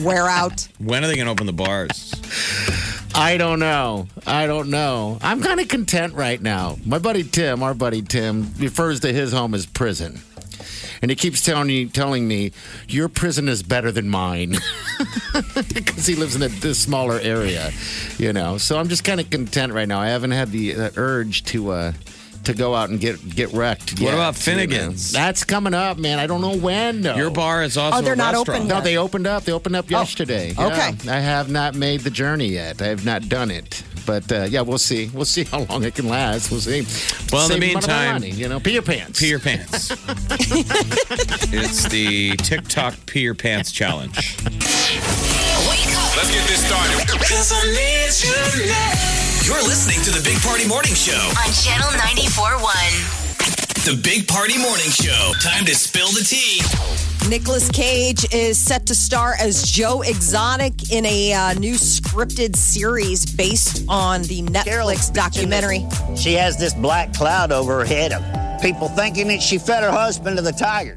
Speaker 3: Wear out.
Speaker 4: When are they going to open the bars?
Speaker 5: I don't know. I don't know. I'm kind of content right now. My buddy Tim, our buddy Tim, refers to his home as prison. And he keeps telling you, telling me, your prison is better than mine, because he lives in a this smaller area, you know. So I'm just kind of content right now. I haven't had the uh, urge to uh, to go out and get get wrecked.
Speaker 4: What
Speaker 5: yet,
Speaker 4: about
Speaker 5: you know.
Speaker 4: Finnegan's?
Speaker 5: That's coming up, man. I don't know when. Though.
Speaker 4: Your bar is also
Speaker 3: Oh, they're
Speaker 4: a
Speaker 3: not
Speaker 4: restaurant.
Speaker 3: open
Speaker 5: No,
Speaker 3: yet.
Speaker 5: they opened up. They opened up yesterday.
Speaker 3: okay.
Speaker 5: Yeah. I have not made the journey yet. I have not done it. But uh, yeah, we'll see. We'll see how long it can last. We'll see.
Speaker 4: Well, in the
Speaker 5: Save a lot of
Speaker 4: meantime-
Speaker 5: money, you know, pee your pants.
Speaker 4: Pee your pants. it's the TikTok pee your pants challenge.
Speaker 2: Wake up.
Speaker 1: Let's get this started. You're listening to the Big Party Morning Show.
Speaker 2: On Channel 94.1.
Speaker 1: The Big Party Morning Show. Time to spill the tea.
Speaker 3: Nicolas Cage is set to star as Joe Exotic in a uh, new scripted series based on the Netflix documentary.
Speaker 7: She has this black cloud over her head of people thinking that she fed her husband to the tiger.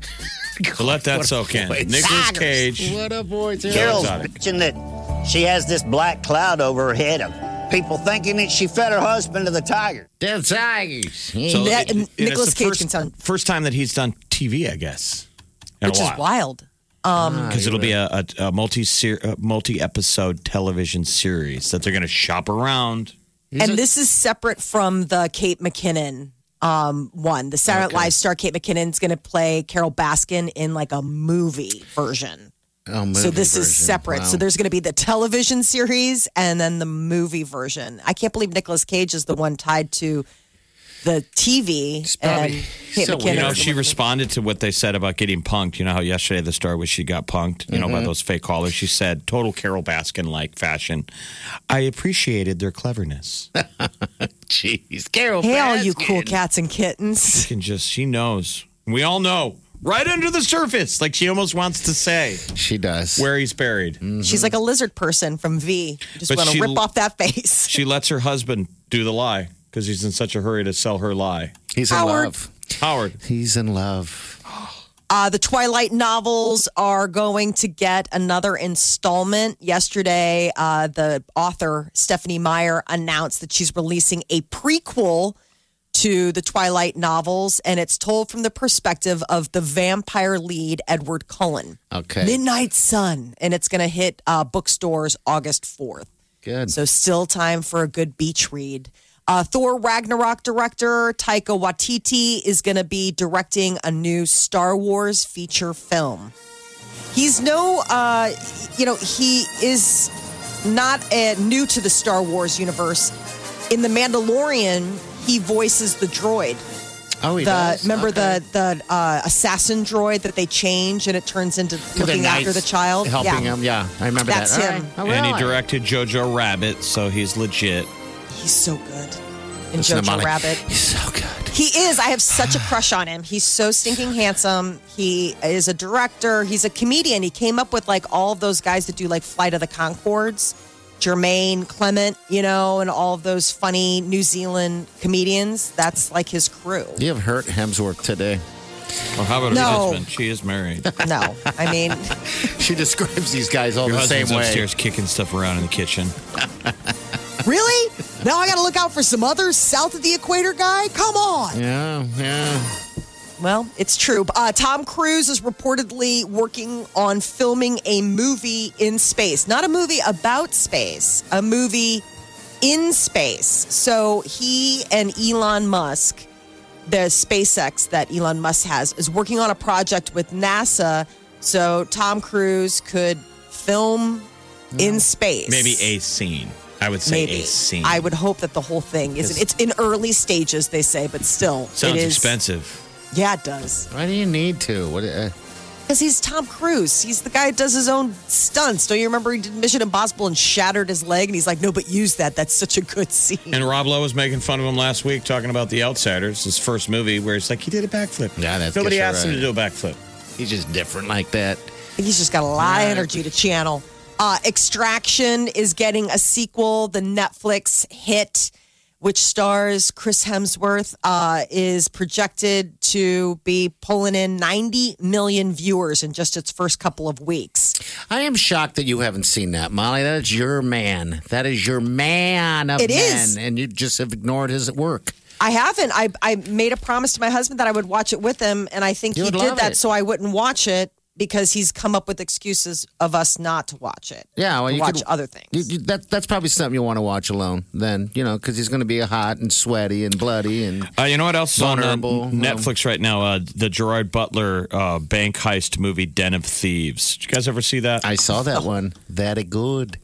Speaker 4: So let that soak in. Nicholas Cage.
Speaker 5: What a voice.
Speaker 7: Carol's
Speaker 4: exotic.
Speaker 7: bitching that she has this black cloud over her head of people thinking that she fed her husband to the tiger.
Speaker 5: Dead tigers.
Speaker 4: So
Speaker 3: That-
Speaker 4: it- it's
Speaker 3: Nicolas
Speaker 4: the
Speaker 3: Cage
Speaker 4: first,
Speaker 3: can sound-
Speaker 4: first time that he's done TV, I guess. In
Speaker 3: Which
Speaker 4: a
Speaker 3: is
Speaker 4: while.
Speaker 3: wild.
Speaker 4: Because it'll be a, a, a multi multi episode television series that they're going to shop around.
Speaker 3: and this is separate from the Kate McKinnon um, one. The Saturday Night Live star Kate McKinnon's going to play Carol Baskin in like a movie version.
Speaker 5: Oh, movie
Speaker 3: So this is
Speaker 5: version.
Speaker 3: separate.
Speaker 5: Wow.
Speaker 3: So there's going to be the television series and then the movie version. I can't believe Nicolas Cage is the one tied to the TV
Speaker 5: probably
Speaker 3: and Kate
Speaker 5: so
Speaker 3: McKinnon.
Speaker 4: You know,
Speaker 3: is the
Speaker 4: she
Speaker 3: one-
Speaker 4: responded to what they said about getting punked. You know how yesterday the star was she got punked, you know,
Speaker 5: Mm-hmm.
Speaker 4: by those fake callers. She said, total Carol Baskin like fashion. I appreciated their cleverness. You
Speaker 5: Jeez. Carol
Speaker 3: Hey, all you
Speaker 5: Baskin.
Speaker 3: cool cats and kittens.
Speaker 4: can just, she knows. We all know. right under the surface. Like she almost wants to say.
Speaker 5: She does.
Speaker 4: Where he's buried.
Speaker 5: Mm.
Speaker 3: She's like a lizard person from V. Just
Speaker 4: Mm-hmm. But
Speaker 3: want to
Speaker 4: she-
Speaker 3: rip off that face.
Speaker 4: She lets her husband do the lie because he's in such a hurry to sell her lie.
Speaker 5: He's in Howard. love.
Speaker 4: Howard.
Speaker 5: He's in love.
Speaker 3: Uh, the Twilight novels are going to get another installment. Yesterday, uh, the author, Stephanie Meyer, announced that she's releasing a prequel to the Twilight novels, and it's told from the perspective of the vampire lead, Edward Cullen.
Speaker 5: Okay.
Speaker 3: Midnight Sun, and it's going to hit uh, bookstores August 4th.
Speaker 5: Good.
Speaker 3: So, still time for a good beach read. Uh, Thor Ragnarok director Taika Waititi is going to be directing a new Star Wars feature film. He's no, uh, you know, he is not uh new to the Star Wars universe. In The Mandalorian, he voices the droid.
Speaker 5: Oh, he
Speaker 3: the,
Speaker 5: does?
Speaker 3: Remember
Speaker 5: Okay.
Speaker 3: the the uh, assassin droid that they change and it turns into
Speaker 5: To the
Speaker 3: looking after
Speaker 5: knife,
Speaker 3: the child,
Speaker 5: helping
Speaker 3: yeah.
Speaker 5: him. Yeah, I remember
Speaker 3: That's
Speaker 5: that. All
Speaker 3: him.
Speaker 5: right. Oh,
Speaker 4: And he
Speaker 5: really?
Speaker 4: directed Jojo Rabbit, so he's legit.
Speaker 3: He's so good in
Speaker 5: Listen to
Speaker 3: Jojo
Speaker 5: Molly.
Speaker 3: Rabbit.
Speaker 5: He's so good.
Speaker 3: He is. I have such a crush on him. He's so stinking handsome. He is a director. He's a comedian. He came up with like all of those guys that do like Flight of the Concords, Jermaine Clement, you know, and all of those funny New Zealand comedians. That's like his crew.
Speaker 5: You have hurt Hemsworth today.
Speaker 4: Well, how about her
Speaker 3: No.
Speaker 4: husband? She is married.
Speaker 3: No, I mean,
Speaker 5: She describes these guys all
Speaker 4: Your
Speaker 5: the same
Speaker 4: husband's
Speaker 5: way.
Speaker 4: upstairs kicking stuff around in the kitchen.
Speaker 3: really? Now I got to look out for some other south of the equator guy? Come on.
Speaker 5: Yeah, yeah.
Speaker 3: Well, it's true. Uh, Tom Cruise is reportedly working on filming a movie in space. Not a movie about space, a movie in space. So he and Elon Musk, the SpaceX that Elon Musk has, is working on a project with NASA so Tom Cruise could film in space.
Speaker 4: Maybe a scene. I would say
Speaker 3: Maybe.
Speaker 4: a scene.
Speaker 3: I would hope that the whole thing is it's in early stages, they say, but still.
Speaker 4: Sounds
Speaker 3: it is,
Speaker 4: expensive.
Speaker 3: Yeah, it does.
Speaker 5: Why do you need to? What? Uh,
Speaker 3: Because he's Tom Cruise. He's the guy that does his own stunts. Don't you remember he did Mission Impossible and shattered his leg? And he's like, no, but use that. That's such a good scene.
Speaker 4: And Rob Lowe was making fun of him last week, talking about The Outsiders, his first movie, where he's like, he did a backflip.
Speaker 5: Yeah, that's-
Speaker 4: Nobody
Speaker 5: guess
Speaker 4: asked
Speaker 5: you're
Speaker 4: him to do a backflip.
Speaker 5: he's just different like that.
Speaker 3: I think he's just got a lot of energy to channel. Uh, Extraction is getting a sequel. The Netflix hit, which stars Chris Hemsworth, uh, is projected to be pulling in 90 million viewers in just its first couple of weeks.
Speaker 5: I am shocked that you haven't seen that, Molly. That is your man. That is your man of
Speaker 3: It
Speaker 5: men,
Speaker 3: is.
Speaker 5: and you just have ignored his work.
Speaker 3: I haven't. I, I made a promise to my husband that I would watch it with him, and I think
Speaker 5: You
Speaker 3: he
Speaker 5: would
Speaker 3: did
Speaker 5: love
Speaker 3: that
Speaker 5: it.
Speaker 3: so I wouldn't watch it because he's come up with excuses of us not to watch it.
Speaker 5: Yeah, well,
Speaker 3: to
Speaker 5: you
Speaker 3: watch
Speaker 5: could-
Speaker 3: other things.
Speaker 5: You, you, that, that's probably something you want to watch alone. Then you know, because he's going to be hot and sweaty and bloody and
Speaker 4: Uh, you know what else is on uh,
Speaker 5: Vulnerable, no.
Speaker 4: Netflix right now? Uh, the Gerard Butler uh, bank heist movie, Den of Thieves. Did you guys ever see that?
Speaker 5: I saw that one. That a good.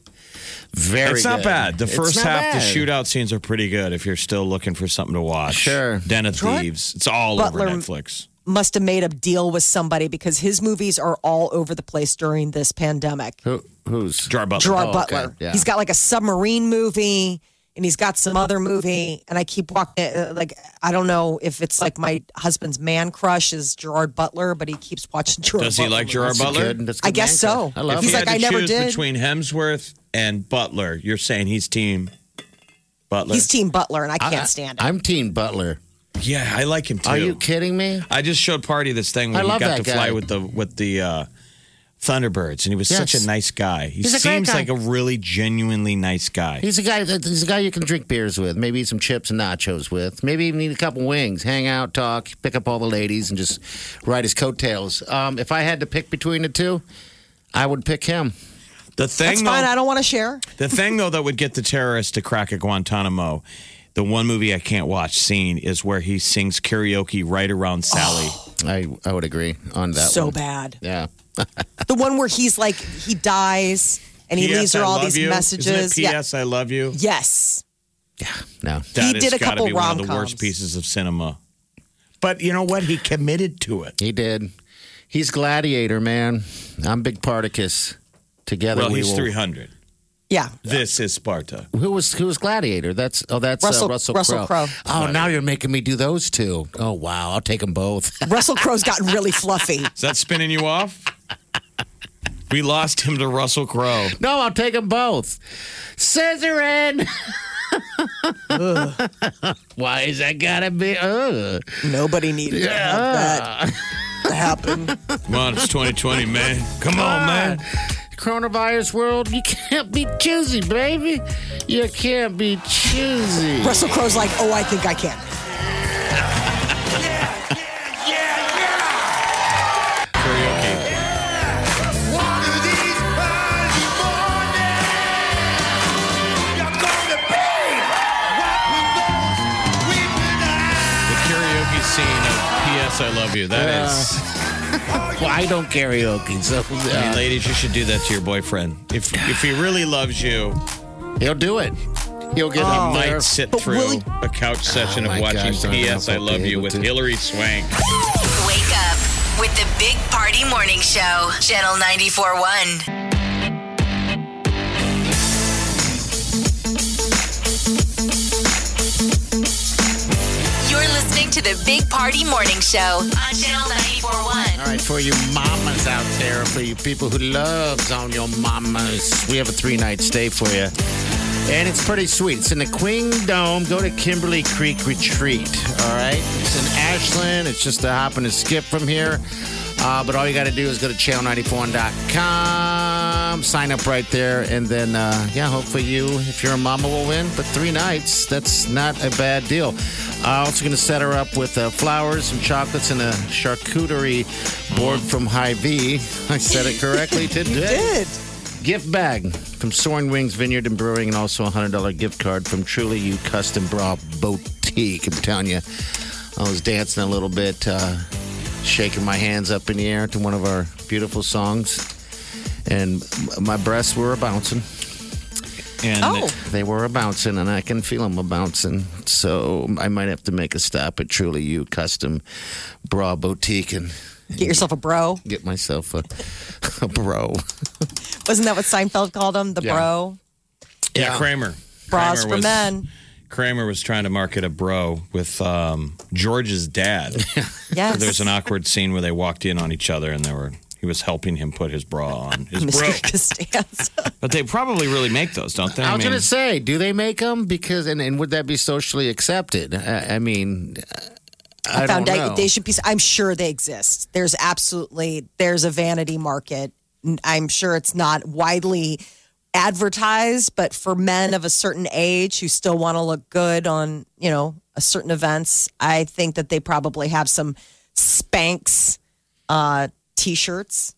Speaker 5: Very
Speaker 4: Oh. it's not
Speaker 5: good.
Speaker 4: bad. The
Speaker 5: It's
Speaker 4: first
Speaker 5: not
Speaker 4: half, the
Speaker 5: bad.
Speaker 4: shootout scenes are pretty good if you're still looking for something to watch.
Speaker 5: Sure.
Speaker 4: Den of
Speaker 3: Gerard
Speaker 4: Thieves. It's all
Speaker 3: Butler-
Speaker 4: over Netflix.
Speaker 3: Must have made a deal with somebody because his movies are all over the place during this pandemic.
Speaker 5: Who, who's?
Speaker 4: Gerard Butler.
Speaker 3: Gerard
Speaker 5: Oh, okay.
Speaker 3: Butler.
Speaker 5: Yeah.
Speaker 3: He's got like a submarine movie and he's got some other movie. And I keep walking, uh, like, I don't know if it's like my husband's man crush is Gerard Butler, but he keps watching Gerard
Speaker 4: Does he
Speaker 3: Butler.
Speaker 4: like Gerard
Speaker 5: That's a
Speaker 4: Butler?
Speaker 5: good- that's a
Speaker 3: I
Speaker 5: good
Speaker 3: guess
Speaker 5: man
Speaker 3: so.
Speaker 5: crush. I love
Speaker 4: If
Speaker 3: He's
Speaker 4: you
Speaker 5: it.
Speaker 3: like,
Speaker 4: had to
Speaker 3: I never
Speaker 4: choose
Speaker 3: did.
Speaker 4: between Hemsworth and Butler. You're saying he's team Butler?
Speaker 3: He's Team Butler, and I can't stand it.
Speaker 5: I'm Team Butler.
Speaker 4: yeah, I like him too.
Speaker 5: Are you kidding me?
Speaker 4: I just showed Party this thing where
Speaker 5: I
Speaker 4: he
Speaker 5: love
Speaker 4: got to
Speaker 5: that
Speaker 4: fly
Speaker 5: guy.
Speaker 4: with the with the uh, Thunderbirds, and he was such
Speaker 5: Yes.
Speaker 4: a nice guy. He
Speaker 5: He's a great
Speaker 4: seems
Speaker 5: guy.
Speaker 4: like a really genuinely nice guy.
Speaker 5: He's a guy. He's a guy you can drink beers with. Maybe eat some chips and nachos with. Maybe even eat a couple wings. Hang out, talk, pick up all the ladies, and just ride his coattails. Um, if I had to pick between the two, I would pick him.
Speaker 4: the thing,
Speaker 3: That's
Speaker 4: though,
Speaker 3: fine. I don't want to share.
Speaker 4: the thing though that would get the terrorists to crack at Guantanamo. The one movie I can't watch scene is where he sings karaoke right around Sally.
Speaker 3: Oh,
Speaker 5: I I would agree on that.
Speaker 3: so
Speaker 5: one.
Speaker 3: bad.
Speaker 5: Yeah.
Speaker 3: The one where he's like, he dies and he
Speaker 4: P.S.
Speaker 3: leaves her
Speaker 4: I
Speaker 3: all
Speaker 4: love
Speaker 3: these
Speaker 4: you.
Speaker 3: messages.
Speaker 4: Isn't it P.S. I love you.
Speaker 3: Yeah. Yes.
Speaker 5: No.
Speaker 4: That
Speaker 3: He did
Speaker 4: has
Speaker 3: a
Speaker 4: gotta
Speaker 3: couple
Speaker 4: be one of the
Speaker 3: rom-coms.
Speaker 4: worst pieces of cinema. But you know what? He committed to it.
Speaker 5: He did. He's Gladiator, man. I'm Big Particus. Together
Speaker 4: Well,
Speaker 5: we
Speaker 4: he's
Speaker 5: will.
Speaker 4: 300.
Speaker 3: Yeah.
Speaker 4: This is Sparta.
Speaker 5: Who was who was Gladiator? That's oh that's
Speaker 3: Russell-
Speaker 5: uh, Russell
Speaker 3: Russell
Speaker 5: Crowe.
Speaker 3: Crowe.
Speaker 5: Oh, now you're making me do those two. Oh wow, I'll take them both.
Speaker 3: Russell Crowe's gotten really fluffy.
Speaker 4: Is that spinning you off? We lost him to Russell Crowe.
Speaker 5: no, I'll take them both. Scissoring. Why is that gotta be? Ugh.
Speaker 3: Nobody needed to have that
Speaker 5: Yeah.
Speaker 3: happen.
Speaker 4: Come on, it's 2020, man. Come on, man.
Speaker 5: Coronavirus world, you can't be choosy, baby. You can't be choosy.
Speaker 3: Russell Crowe's like, oh, I think I can.
Speaker 4: Karaoke. The karaoke scene of P.S. I Love You. That is.
Speaker 5: Well, I don't karaoke, so
Speaker 4: I mean,
Speaker 5: uh,
Speaker 4: ladies, you should do that to your boyfriend. If if he really loves you,
Speaker 5: he'll do it. He'll get
Speaker 4: he
Speaker 5: up there.
Speaker 4: might sit
Speaker 3: But
Speaker 4: through
Speaker 3: will he-
Speaker 4: a couch session
Speaker 5: Oh, my
Speaker 4: of watching
Speaker 5: gosh, I don't know
Speaker 4: P.S.
Speaker 5: if
Speaker 4: I
Speaker 5: I'll
Speaker 4: Love
Speaker 5: be
Speaker 4: You
Speaker 5: able
Speaker 4: with
Speaker 5: to.
Speaker 4: Hillary Swank.
Speaker 2: Wake up with the Big Party Morning Show, Channel 94.1. You're listening to the Big Party Morning Show on Channel 94.1.
Speaker 5: All right, for you mamas out there, for you people who loves on your mamas, we have a three night stay for you. And it's pretty sweet. It's in the Queen Dome. Go to Kimberly Creek Retreat. All right. It's in Ashland. It's just a hop and a skip from here. Uh, but all you got to do is go to channel94.com, sign up right there, and then, uh, yeah, hopefully you, if you're a mama, will win. But three nights, that's not a bad deal. Uh, also going to set her up with uh, flowers and chocolates and a charcuterie board from Hy-Vee. I said it correctly today
Speaker 3: Good.
Speaker 5: gift bag from Soaring Wings Vineyard and Brewing, and also a hundred dollar gift card from Truly You Custom Bra Boutique. I'm telling you, I was dancing a little bit, uh, shaking my hands up in the air to one of our beautiful songs, and my breasts were a bouncing.
Speaker 4: And
Speaker 3: Oh.
Speaker 5: They were a bouncing, and I can feel them a bouncing. So I might have to make a stop at Truly You Custom Bra Boutique and
Speaker 3: Get yourself a bro.
Speaker 5: get myself a, a bro.
Speaker 3: Wasn't that what Seinfeld called him? The
Speaker 5: Yeah.
Speaker 3: bro?
Speaker 4: yeah, Kramer.
Speaker 3: Bras
Speaker 4: Kramer
Speaker 3: for
Speaker 4: was-
Speaker 3: men.
Speaker 4: Kramer was trying to market a bro with um, George's dad.
Speaker 3: Yes.
Speaker 4: There's an awkward scene where they walked in on each other, and they were he was helping him put his bra on his bro.
Speaker 3: Mr. Costanza.
Speaker 4: But they probably really make those, don't they?
Speaker 5: I was
Speaker 4: mean,
Speaker 5: gonna say, do they make them? Because and, and would that be socially accepted? I, I mean, I,
Speaker 3: found
Speaker 5: don't
Speaker 3: out
Speaker 5: know.
Speaker 3: they should be. I'm sure they exist. There's absolutely there's a vanity market. I'm sure it's not widely advertised, but for men of a certain age who still want to look good on you know a certain events, I think that they probably have some Spanx uh, t-shirts.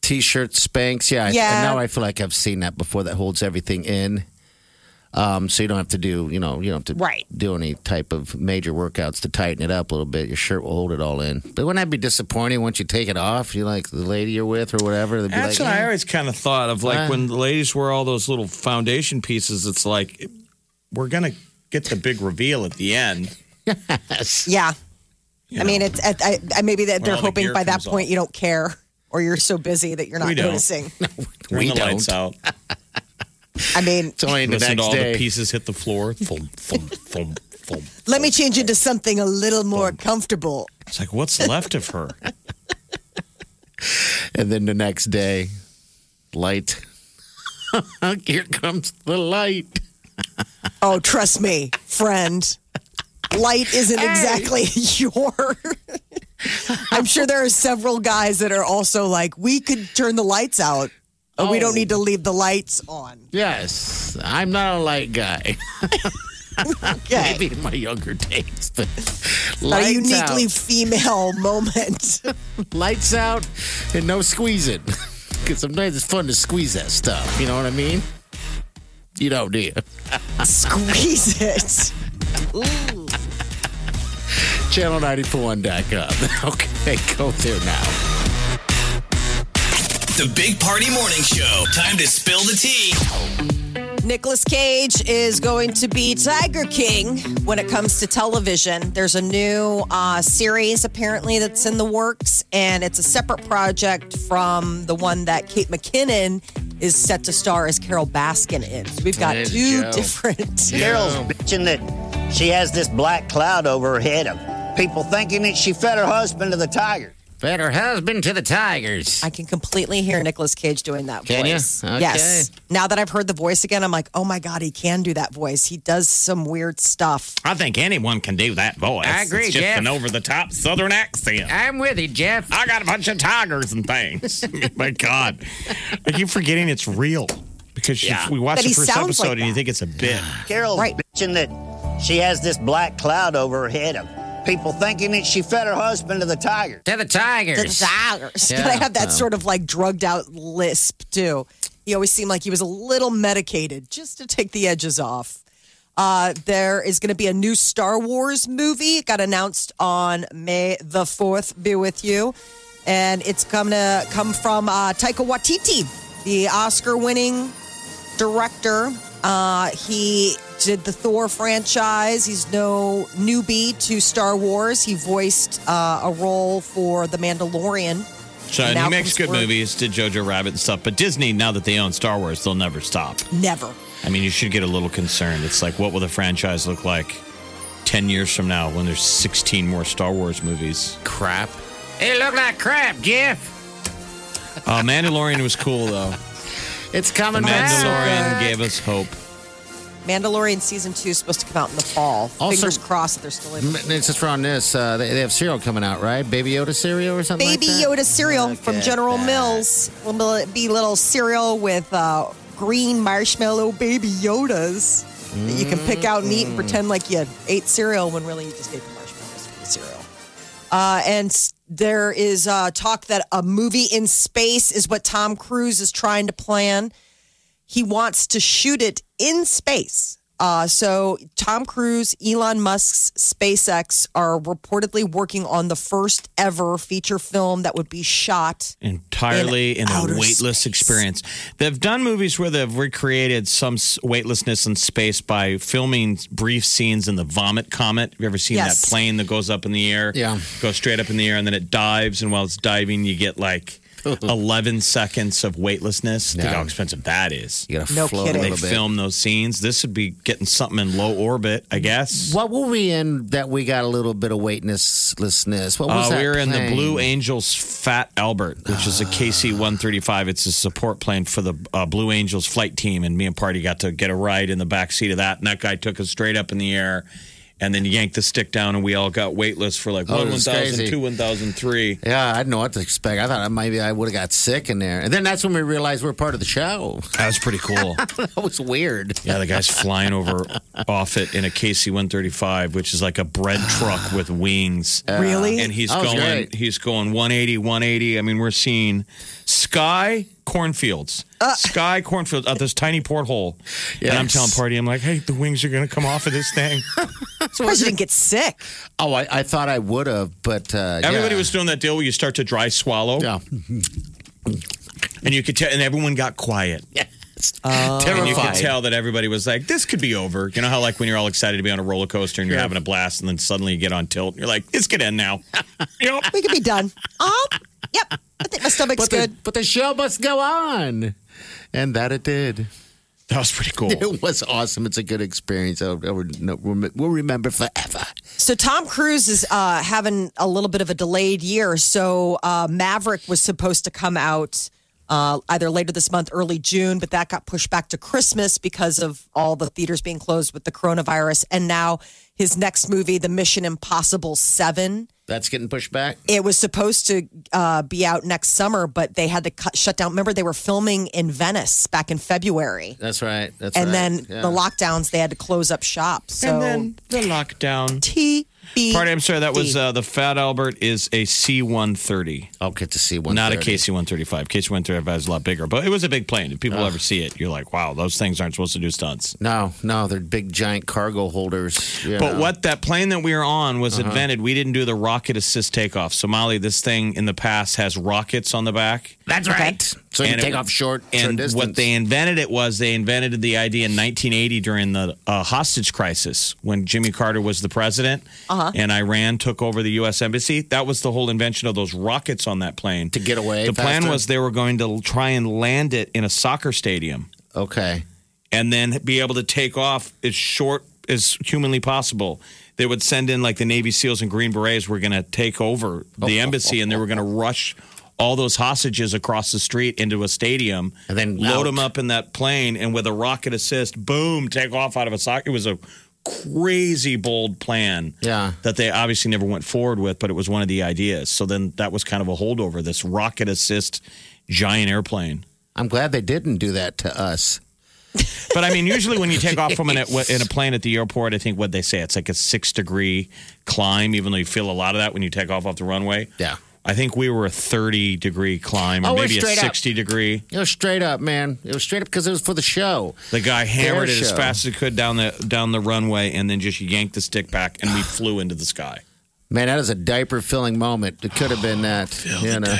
Speaker 5: T-shirt Spanx, yeah. I-
Speaker 3: Yeah.
Speaker 5: and now I feel like I've seen that before. That holds everything in. Um, so you don't have to do, you know, you don't have to
Speaker 3: Right.
Speaker 5: do any type of major workouts to tighten it up a little bit. Your shirt will hold it all in. But wouldn't that be disappointing once you take it off? You like the lady you're with or whatever. They'd be
Speaker 4: That's
Speaker 5: like,
Speaker 4: what I
Speaker 5: "Eh."
Speaker 4: always kind of thought of, like when the ladies wear all those little foundation pieces. It's like we're gonna get the big reveal at the end.
Speaker 3: Yeah,
Speaker 4: you
Speaker 3: I mean
Speaker 4: know.
Speaker 3: it's at, I, I, maybe that
Speaker 4: When
Speaker 3: they're
Speaker 4: all the
Speaker 3: hoping
Speaker 4: gear
Speaker 3: by that
Speaker 4: comes
Speaker 3: point
Speaker 4: off.
Speaker 3: you don't care or you're so busy that you're not
Speaker 4: We don't.
Speaker 3: noticing.
Speaker 4: Turn
Speaker 5: we
Speaker 4: the lights
Speaker 5: don't.
Speaker 4: out.
Speaker 3: I mean,
Speaker 5: It's only the
Speaker 4: Listen to
Speaker 5: next
Speaker 4: all the
Speaker 5: day.
Speaker 4: pieces hit the floor. Thump, thump, thump, thump.
Speaker 3: let me change into something a little more comfortable.
Speaker 4: It's like what's left of her.
Speaker 5: And then the next day, light. Here comes the light.
Speaker 3: Oh, trust me, friend. Light isn't exactly your. I'm sure there are several guys that are also like, we could turn the lights out, but Oh, we
Speaker 5: Oh.
Speaker 3: don't need to leave the lights on.
Speaker 5: Yes, I'm not a light guy.
Speaker 3: Okay.
Speaker 5: Maybe in my younger days, but
Speaker 3: Not a
Speaker 5: lights
Speaker 3: uniquely
Speaker 5: out,
Speaker 3: female moment.
Speaker 5: lights out, and no squeezing. Because sometimes it's fun to squeeze that stuff. You know what I mean? You don't, do you?
Speaker 3: Squeeze it.
Speaker 5: Channel941.com. Okay, go there now.
Speaker 1: The Big Party Morning Show. Time to spill the tea.
Speaker 3: Nicolas Cage is going to be Tiger King when it comes to television. There's a new uh, series apparently that's in the works, and it's a separate project from the one that Kate McKinnon is set to star as Carol Baskin in. So we've got
Speaker 7: There's
Speaker 3: two
Speaker 7: Joe.
Speaker 3: different
Speaker 7: Carol's bitching that she has this black cloud over her head of people thinking that she fed her husband to the tiger.
Speaker 5: Fed her husband to the tigers.
Speaker 3: I can completely hear Nicolas Cage doing that
Speaker 5: Can you?
Speaker 3: voice.
Speaker 5: Okay.
Speaker 3: Yes. Now that I've heard the voice again, I'm like, oh my God, he can do that voice. He does some weird stuff.
Speaker 4: I think anyone can do that voice.
Speaker 5: I agree,
Speaker 4: It's just
Speaker 5: Jeff.
Speaker 4: an over the top Southern accent.
Speaker 5: I'm with you, Jeff.
Speaker 4: I got a bunch of tigers and things. My God, are you forgetting it's real? Because you-
Speaker 7: Yeah.
Speaker 4: we watch
Speaker 7: But
Speaker 4: the
Speaker 7: he
Speaker 4: first
Speaker 7: sounds
Speaker 4: episode
Speaker 7: like
Speaker 4: and you think it's a bit.
Speaker 5: Oh,
Speaker 7: Carol's bitching that she has this black cloud over her head of people thinking that she fed her husband to the tiger.
Speaker 5: To the tigers.
Speaker 3: To the tigers. But I have that sort of like drugged out lisp too. He always seemed like he was a little medicated just to take the edges off. Uh, there is going to be a new Star Wars movie. It got announced on May the 4th. Be with you. And it's going to come from uh, Taika Waititi, the Oscar winning director. Uh, he did the Thor franchise. He's no newbie to Star Wars. He voiced uh, a role for The Mandalorian.
Speaker 4: So
Speaker 3: And
Speaker 4: and he
Speaker 3: now
Speaker 4: makes
Speaker 3: comes
Speaker 4: good
Speaker 3: word-
Speaker 4: movies, did Jojo Rabbit and stuff. But Disney, now that they own Star Wars, they'll never stop.
Speaker 3: Never.
Speaker 4: I mean, you should get a little concerned. It's like, what will the franchise look like ten years from now when there's sixteen more Star Wars movies?
Speaker 5: Crap. It looked like crap, Jeff.
Speaker 4: Uh, Mandalorian was cool though.
Speaker 5: It's coming back.
Speaker 4: Mandalorian gave us hope.
Speaker 3: Mandalorian season two is supposed to come out in the fall.
Speaker 5: Also-
Speaker 3: Fingers crossed that they're still in.
Speaker 5: It's just on this. Uh, they, they have cereal coming out, right? Baby Yoda cereal or something.
Speaker 3: Baby
Speaker 5: like that?
Speaker 3: Yoda cereal
Speaker 5: Look
Speaker 3: from
Speaker 5: at
Speaker 3: General
Speaker 5: that.
Speaker 3: Mills. Will be little cereal with uh, green marshmallow baby Yodas that you can pick out and eat
Speaker 5: Mm-hmm.
Speaker 3: and pretend like you ate cereal when really you just ate the marshmallows from the cereal. Uh, and s- there is uh, talk that a movie in space is what Tom Cruise is trying to plan. He wants to shoot it in space. Uh, so, Tom Cruise, Elon Musk's SpaceX are reportedly working on the first ever feature film that would be shot.
Speaker 4: entirely
Speaker 3: In
Speaker 4: in,
Speaker 3: outer
Speaker 4: a weightless experience. They've done movies where they've recreated some s- weightlessness in space by filming brief scenes in the Vomit Comet. Have you ever seen
Speaker 3: Yes.
Speaker 4: that plane that goes up in the air?
Speaker 5: Yeah.
Speaker 4: Goes straight up in the air and then it dives. And while it's diving, you get like 11 seconds of weightlessness. Think
Speaker 5: Yeah.
Speaker 4: how expensive that is.
Speaker 5: You gotta
Speaker 3: No
Speaker 5: float
Speaker 3: kidding.
Speaker 5: a
Speaker 4: They
Speaker 5: little bit.
Speaker 4: film those scenes. This would be getting something in low orbit, I guess.
Speaker 5: What were we in that we got a little bit of weightlessness? What was
Speaker 4: Uh,
Speaker 5: that?
Speaker 4: we were in the
Speaker 5: plane? Ah.
Speaker 4: Blue Angels Fat Albert, which is a KC 135. It's a support plane for the uh, Blue Angels flight team. And me and Party got to get a ride in the back seat of that. And that guy took us straight up in the air and then yanked the stick down. And we all got weightless for like
Speaker 5: Oh,
Speaker 4: one
Speaker 5: it was
Speaker 4: 1,000,
Speaker 5: crazy.
Speaker 4: two 1,003.
Speaker 5: Yeah, I didn't know what to expect. I thought I- maybe I would have got sick in there, and then that's when we realized we're part of the show.
Speaker 4: That was pretty cool.
Speaker 5: that was weird.
Speaker 4: yeah, the guy's flying over off it in a KC 135, which is like a bread truck with wings.
Speaker 3: really?
Speaker 4: and he's
Speaker 5: Uh, That was
Speaker 4: going
Speaker 5: great.
Speaker 4: he's going 180 180 i mean we're seeing sky cornfields
Speaker 5: Uh.
Speaker 4: sky cornfields out this tiny porthole and i'm
Speaker 5: Yes.
Speaker 4: telling party i'm like hey the wings are gonna come off of this thing
Speaker 3: surprised you didn't get sick.
Speaker 5: Oh, I, I thought I would have, but uh,
Speaker 4: everybody
Speaker 5: yeah.
Speaker 4: was doing that deal where you start to dry swallow
Speaker 5: yeah.
Speaker 4: and you could tell and everyone got quiet and you could
Speaker 5: terrified.
Speaker 4: tell that everybody was like this could be over you know how like when you're all excited to be on a roller coaster and you're
Speaker 5: Yeah.
Speaker 4: having a blast and then suddenly you get on tilt and you're like this could end now Yep.
Speaker 3: We could be done. Oh, yep. I think my stomach's
Speaker 5: but the,
Speaker 3: good.
Speaker 5: but the show must go on, and that it did.
Speaker 4: that was pretty cool
Speaker 5: It was awesome. It's a good experience. I'll, I'll, no, we'll remember forever.
Speaker 3: So Tom Cruise is uh, having a little bit of a delayed year. So uh, Maverick was supposed to come out uh, either later this month, early June, but that got pushed back to Christmas because of all the theaters being closed with the coronavirus. And now his next movie, The Mission Impossible Seven,
Speaker 5: That's getting pushed back.
Speaker 3: it was supposed to uh, be out next summer, but they had to cut, shut down. Remember, they were filming in Venice back in February.
Speaker 5: That's right. That's
Speaker 3: and
Speaker 5: right.
Speaker 3: then
Speaker 5: Yeah.
Speaker 3: the lockdowns, they had to close up shop. So
Speaker 4: and then the lockdown
Speaker 3: TBD.
Speaker 4: Party, I'm sorry, that was uh, the Fat Albert is a C-130,
Speaker 5: I'll get to see one.
Speaker 4: not a KC-135. KC-135 is a lot bigger, but it was a big plane. If people ever see it, you're like, wow, those things aren't supposed to do stunts.
Speaker 5: No, no, they're big giant cargo holders. you
Speaker 4: But
Speaker 5: know.
Speaker 4: what that plane that we were on was invented. We didn't do the rocket assist takeoff. So Molly, this thing in the past has rockets on the back.
Speaker 5: That's right. So you
Speaker 4: And
Speaker 5: take
Speaker 4: it-
Speaker 5: off short, short
Speaker 4: And
Speaker 5: distance.
Speaker 4: what they invented it was they invented the idea in 1980 during the uh, hostage crisis when Jimmy Carter was the president
Speaker 3: Uh-huh.
Speaker 4: and Iran took over the U.S. embassy. That was the whole invention of those rockets on that plane to
Speaker 5: get away.
Speaker 4: The plan
Speaker 5: faster?
Speaker 4: was they were going to try and land it in a soccer stadium.
Speaker 5: Okay.
Speaker 4: And then be able to take off as short as humanly possible. They would send in like the Navy SEALs and Green Berets were going to take over the embassy and they were going to rush all those hostages across the street into a stadium and then load
Speaker 5: out.
Speaker 4: them up in that plane and with a rocket assist, boom, take off out of a sock. It was a crazy bold plan
Speaker 5: Yeah.
Speaker 4: that they obviously never went forward with, but it was one of the ideas. So then that was kind of a holdover, this rocket assist giant airplane.
Speaker 5: I'm glad they didn't do that to us.
Speaker 4: But I mean, usually when you take off from an, in a plane at the airport, I think what they say it's like a six degree climb, even though you feel a lot of that when you take off off the runway.
Speaker 5: Yeah.
Speaker 4: I think we were a 30 degree climb or
Speaker 5: Oh, we're
Speaker 4: maybe a
Speaker 5: straight up.
Speaker 4: 60 degree.
Speaker 5: It was straight up, man. It was straight up because it was for the show.
Speaker 4: The guy hammered
Speaker 5: Air
Speaker 4: it as
Speaker 5: show.
Speaker 4: fast as he could down the down the runway and then just yanked the stick back and we flew into the sky.
Speaker 5: Man, that is a diaper filling moment. It could have been that. you know.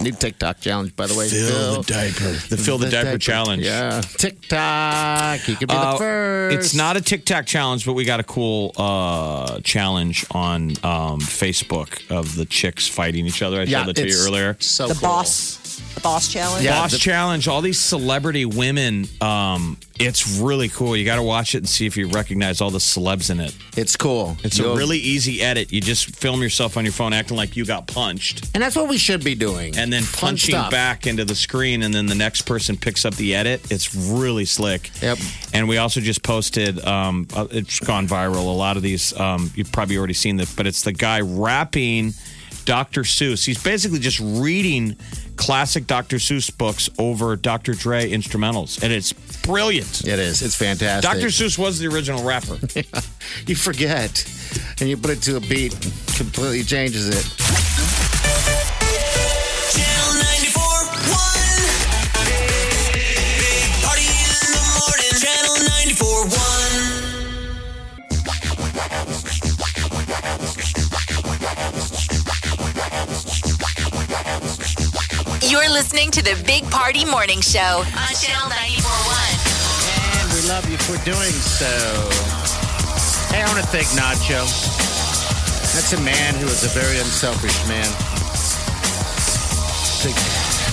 Speaker 5: New TikTok challenge, by the way. Fill
Speaker 4: diaper. The fill the, diaper, challenge.
Speaker 5: Yeah. TikTok. You could be
Speaker 4: Uh,
Speaker 5: the first.
Speaker 4: It's not a TikTok challenge, but we got a cool uh, challenge on um, Facebook of the chicks fighting each other. I
Speaker 5: Yeah,
Speaker 4: showed that to you
Speaker 5: it's
Speaker 4: earlier.
Speaker 5: So
Speaker 3: the
Speaker 5: cool.
Speaker 3: boss, the boss challenge.
Speaker 5: Yeah,
Speaker 4: Boss
Speaker 5: the-
Speaker 4: challenge, all these celebrity women. Um, it's really cool. You got to watch it and see if you recognize all the celebs in it.
Speaker 5: It's cool.
Speaker 4: It's a
Speaker 5: You'll-
Speaker 4: really easy edit. You just film yourself on your phone acting like you got punched,
Speaker 5: And that's what we should be doing.
Speaker 4: and then
Speaker 5: Fun
Speaker 4: punching
Speaker 5: stuff.
Speaker 4: back into the screen, and then the next person picks up the edit. It's really slick.
Speaker 5: Yep.
Speaker 4: And we also just posted, um, uh, it's gone viral. A lot of these, um, you've probably already seen this, but it's the guy rapping Dr. Seuss. He's basically just reading classic Dr. Seuss books over Dr. Dre instrumentals. And it's brilliant.
Speaker 5: It is. It's fantastic.
Speaker 4: Dr. Seuss was the original rapper.
Speaker 5: you forget, and you put it to a beat, completely changes it.
Speaker 1: Channel 94.1. Big Party in the morning. Channel 94.1.
Speaker 2: You're listening to the Big Party Morning Show on Channel 941.
Speaker 5: And we love you for doing so. Hey, I want to thank Nacho. That's a man who is a very unselfish man. Big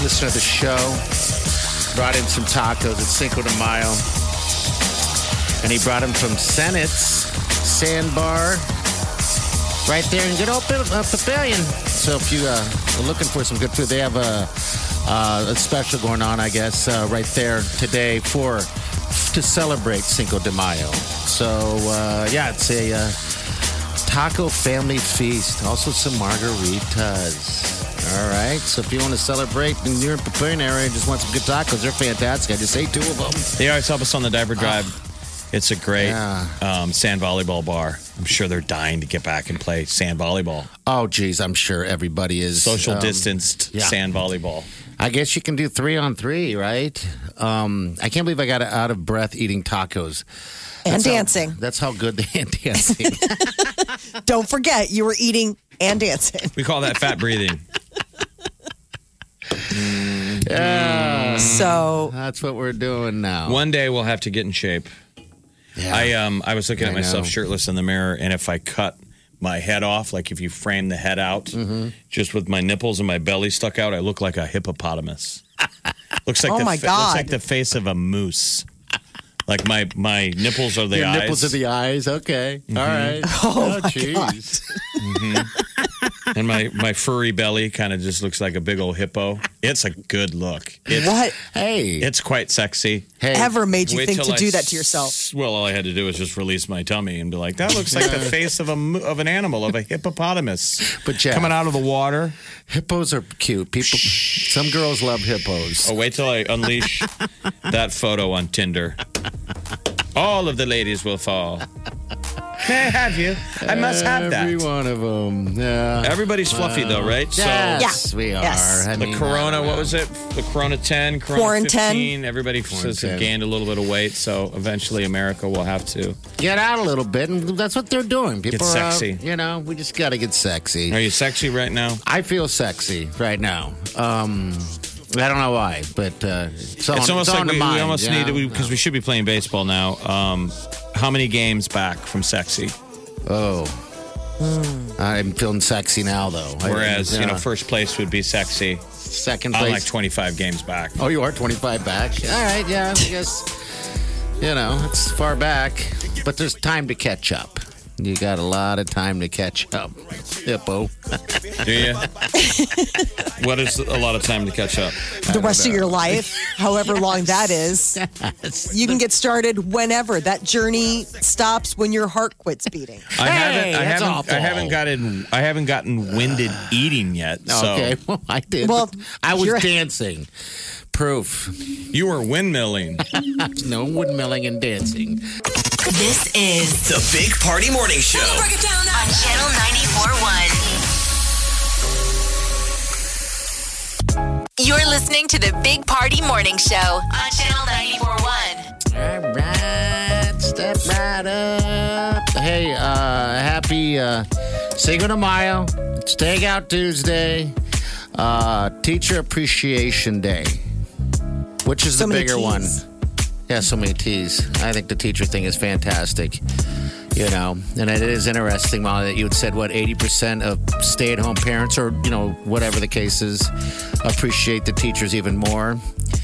Speaker 5: listener of the show. Brought in some tacos at Cinco de Mayo. And he brought them from Senate's Sandbar. Right there in good old Pil- uh, Pavilion. So if you uh, are looking for some good food, they have a, uh, a special going on, I guess, uh, right there today for to celebrate Cinco de Mayo. So uh, yeah, it's a uh, taco family feast. Also some margaritas. All right. So if you want to celebrate and you're in Papillion area, and just want some good tacos. They're fantastic. I just ate two of them.
Speaker 4: They always help us on the diaper drive. it's a great
Speaker 5: Ah. Yeah.
Speaker 4: um, sand volleyball bar. I'm sure they're dying to get back and play sand volleyball,
Speaker 5: Oh, geez, I'm sure everybody is
Speaker 4: social
Speaker 5: um,
Speaker 4: distanced
Speaker 5: yeah.
Speaker 4: sand volleyball.
Speaker 5: I guess you can do three on three, right? Um, I can't believe I got out of breath eating tacos.
Speaker 3: And
Speaker 5: That's how-
Speaker 3: dancing.
Speaker 5: that's how good the and dancing.
Speaker 3: Don't forget, you were eating and dancing.
Speaker 4: We call that fat breathing.
Speaker 5: Mm-hmm.
Speaker 3: So
Speaker 5: that's what we're doing now.
Speaker 4: One day we'll have to get in shape.
Speaker 5: Oh. Yeah.
Speaker 4: I um I was looking at
Speaker 5: I
Speaker 4: myself
Speaker 5: know.
Speaker 4: shirtless in the mirror, and if I cut my head off, like if you frame the head out,
Speaker 5: Mm-hmm.
Speaker 4: just with my nipples and my belly stuck out, I look like a hippopotamus. looks like
Speaker 3: Oh
Speaker 4: the
Speaker 3: my
Speaker 4: fa- looks like
Speaker 3: God.
Speaker 4: the face of a moose. Like my my nipples are the
Speaker 5: Your
Speaker 4: eyes. Mm-hmm.
Speaker 5: nipples are the eyes. Okay. All right.
Speaker 3: Oh, my
Speaker 5: jeez.
Speaker 4: And my, my furry belly kind of just looks like a big old hippo. It's a good look. It's,
Speaker 3: what
Speaker 5: Hey.
Speaker 4: It's quite sexy.
Speaker 5: hey.
Speaker 3: ever made you
Speaker 4: Wait
Speaker 3: think
Speaker 4: till
Speaker 3: to
Speaker 4: I
Speaker 3: do that to yourself?
Speaker 4: s- Well, all I had to do was just release my tummy and be like, that looks like the face of a mo- of an animal, of a hippopotamus.
Speaker 5: But yeah.
Speaker 4: coming out of the water.
Speaker 5: hippos are cute. People. Some girls love hippos.
Speaker 4: Oh, wait till I unleash that photo on Tinder. All of the ladies will fall. May I have you? I must have
Speaker 5: Every
Speaker 4: Oh, that.
Speaker 5: one of them. Yeah.
Speaker 4: Everybody's fluffy though, right? So
Speaker 5: Yes,
Speaker 3: Yeah.
Speaker 5: we are.
Speaker 3: Yes.
Speaker 5: I
Speaker 4: The
Speaker 5: mean,
Speaker 4: Corona, what was it? The Corona 10, Corona
Speaker 3: Quarantine.
Speaker 4: 15. Everybody says it
Speaker 5: Quarantine.
Speaker 4: gained a little bit of weight, so eventually America will have to.
Speaker 5: uh, Get out a little bit, and that's what they're doing. People are out,
Speaker 4: sexy.
Speaker 5: you know, we just got to get sexy.
Speaker 4: Are you sexy right now?
Speaker 5: I feel sexy right now. Um, I don't know why, but uh, it's, on,
Speaker 4: it's almost
Speaker 5: it's
Speaker 4: like
Speaker 5: on
Speaker 4: we,
Speaker 5: the
Speaker 4: we
Speaker 5: mind.
Speaker 4: almost
Speaker 5: yeah.
Speaker 4: need to because we should be playing baseball now. Um, how many games back from sexy?
Speaker 5: Oh, I'm feeling sexy now, though. I-
Speaker 4: Whereas you know
Speaker 5: yeah.
Speaker 4: first place would be sexy.
Speaker 5: second
Speaker 4: I'm
Speaker 5: place.
Speaker 4: like 25 games back.
Speaker 5: oh, you are 25 back. All right, yeah, I guess you know it's far back, but there's time to catch up. You got a lot of time to catch up, Hippo.
Speaker 4: Do you? what is a lot of time to catch up?
Speaker 3: the rest of your life, however long that is. You can get started whenever. That journey stops when your heart quits beating.
Speaker 4: I haven't. I
Speaker 5: that's
Speaker 4: haven't. I
Speaker 5: awful.
Speaker 4: haven't gotten. I haven't gotten winded eating yet. So
Speaker 5: Okay, well, I did.
Speaker 3: Well,
Speaker 5: but I was
Speaker 3: you're-
Speaker 5: dancing. Proof.
Speaker 4: you were windmilling.
Speaker 5: No windmilling and dancing.
Speaker 2: This is
Speaker 1: The Big Party Morning Show.
Speaker 2: on Channel 94.1. You're listening to the Big Party Morning Show on Channel 94.1.
Speaker 5: All right, step right up. Hey, uh, happy uh, Cinco de Mayo. It's Takeout Tuesday. Uh, Teacher Appreciation Day. Which is
Speaker 3: So
Speaker 5: the
Speaker 3: many
Speaker 5: bigger one?
Speaker 3: Ts.
Speaker 5: Yeah, so many T's. I think the teacher thing is fantastic. You know, and it is interesting, Molly, that you had said what eighty percent of stay-at-home parents, or you know, whatever the case is, appreciate the teachers even more.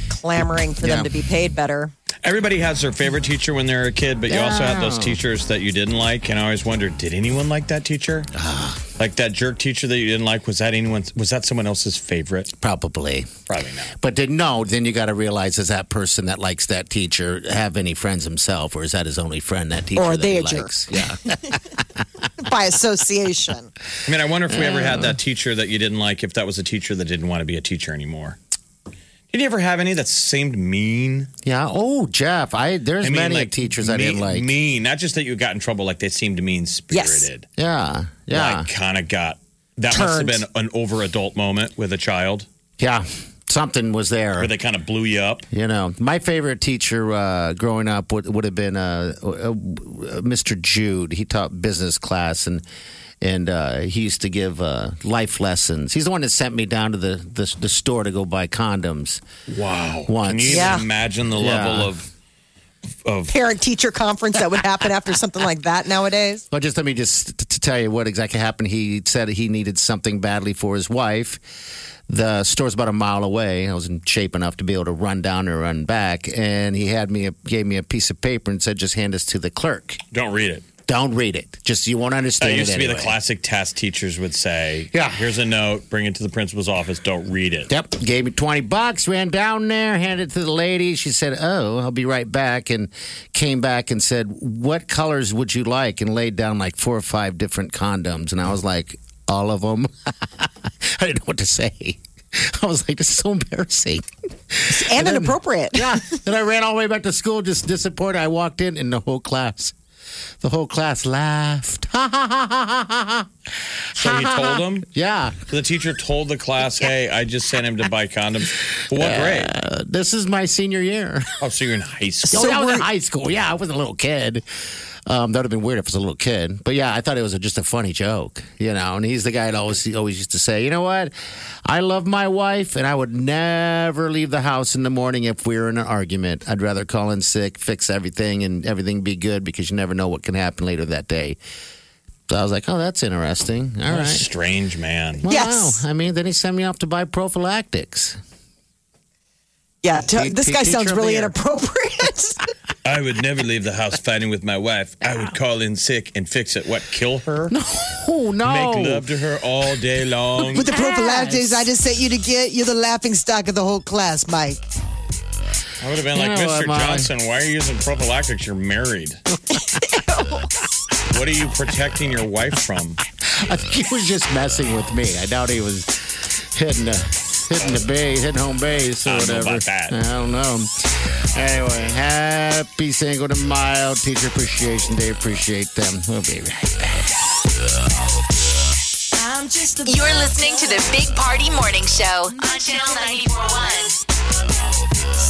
Speaker 3: Clamoring for
Speaker 5: Yeah.
Speaker 3: them to be paid better.
Speaker 4: Everybody has their favorite teacher when they're a kid, but you also had those teachers that you didn't like, and I always wondered, did anyone like that teacher?
Speaker 5: Ah.
Speaker 4: like that jerk teacher that you didn't like, was that anyone's? Was that someone else's favorite?
Speaker 5: Probably.
Speaker 4: Probably not.
Speaker 5: But then, no, then you got to realize does that person that likes that teacher have any friends himself, or is that his only friend that teacher
Speaker 3: Or are
Speaker 5: that
Speaker 3: they
Speaker 5: he
Speaker 3: a jerk?
Speaker 5: likes? Yeah,
Speaker 3: By association.
Speaker 4: I mean, I wonder if we ever had that teacher that you didn't like, if that was a teacher that didn't want to be a teacher anymore. Did you ever have any that seemed mean?
Speaker 5: yeah. Oh, Jeff, I there's
Speaker 4: I mean,
Speaker 5: many
Speaker 4: like,
Speaker 5: teachers I didn't
Speaker 4: mean-
Speaker 5: like.
Speaker 4: Mean, not just that you got in trouble, like they seemed mean spirited.
Speaker 5: Yeah, yeah,
Speaker 4: Like, kind of got that
Speaker 3: Turned.
Speaker 4: must have been an over adult moment with a child
Speaker 5: yeah. Something was there.
Speaker 4: where they kind of blew you up.
Speaker 5: You know, my favorite teacher uh, growing up would, would have been uh, uh, uh, Mr. Jude. He taught business class and and uh, he used to give uh, life lessons. He's the one that sent me down to the, the, the store to go buy condoms.
Speaker 4: Wow. Can
Speaker 5: Once.
Speaker 4: you even
Speaker 3: Yeah.
Speaker 4: imagine the
Speaker 5: Yeah.
Speaker 4: level of of
Speaker 3: Parent teacher conference that would happen after something like that nowadays.
Speaker 5: Well, just let me just t- to tell you what exactly happened. He said he needed something badly for his wife. The store's about a mile away. I was in shape enough to be able to run down and run back, and he had me a, gave me a piece of paper and said, "Just hand this to the clerk.
Speaker 4: don't read it.
Speaker 5: Don't read it. Just you won't understand
Speaker 4: That
Speaker 5: it
Speaker 4: used to be the
Speaker 5: anyway."
Speaker 4: classic task teachers would say,
Speaker 5: Yeah.
Speaker 4: here's a note, bring it to the principal's office, don't read it.
Speaker 5: Yep, gave me 20 bucks, ran down there, handed it to the lady. She said, Oh, I'll be right back, and came back and said, What colors would you like? And laid down like four or five different condoms. And I was like, All of them. I didn't know what to say. I was like, This is so embarrassing.
Speaker 3: And inappropriate.
Speaker 5: Yeah. then I ran all the way back to school, just disappointed. I walked in, and the whole class, the whole class laughed. Ha ha ha ha ha ha.
Speaker 4: So he told them,
Speaker 5: Yeah.
Speaker 4: the teacher told the class, hey, I just sent him to buy condoms. Well, what grade?
Speaker 5: Uh, this is my senior year.
Speaker 4: Oh, so you're in high
Speaker 5: Oh,
Speaker 4: school.
Speaker 3: So
Speaker 5: that was in
Speaker 3: were-
Speaker 5: high school. Yeah, I was a little kid. Um, that would have been weird if I was a little kid. But yeah, I thought it was a, just a funny joke, you know. And he's the guy that always he always used to say, you know what? I love my wife, and I would never leave the house in the morning if we were in an argument. I'd rather call in sick, fix everything, and everything be good because you never know what can happen later that day. So I was like, oh, that's interesting. All
Speaker 4: What a
Speaker 5: right.
Speaker 4: Strange man.
Speaker 5: Wow.
Speaker 3: Yes.
Speaker 5: I mean, then he sent me off to buy prophylactics.
Speaker 3: Yeah, t-
Speaker 5: Te-
Speaker 3: this
Speaker 5: te-
Speaker 3: guy
Speaker 5: teacher
Speaker 3: sounds really
Speaker 5: of the year.
Speaker 3: inappropriate.
Speaker 4: I would never leave the house fighting with my wife. I would call in sick and fix it. What, kill her?
Speaker 5: Oh no!
Speaker 4: Make love to her all day long.
Speaker 3: With the prophylactics I just sent you to get, you're the laughing stock of the whole class, Mike.
Speaker 4: I would have been
Speaker 5: You
Speaker 4: like,
Speaker 5: know
Speaker 4: Mr.
Speaker 5: what, Molly?
Speaker 4: Johnson, why are you using prophylactics? You're married. what are you protecting your wife from?
Speaker 5: I think he was just messing with me. I doubt he was hitting the hitting the bay, hitting home base or
Speaker 4: I don't know
Speaker 5: whatever.
Speaker 4: about that.
Speaker 5: I don't know. Anyway, happy Cinco de Mayo, Teacher Appreciation Day. Appreciate them. We'll be right back.
Speaker 2: You're listening to the Big Party Morning Show on Channel 94.1.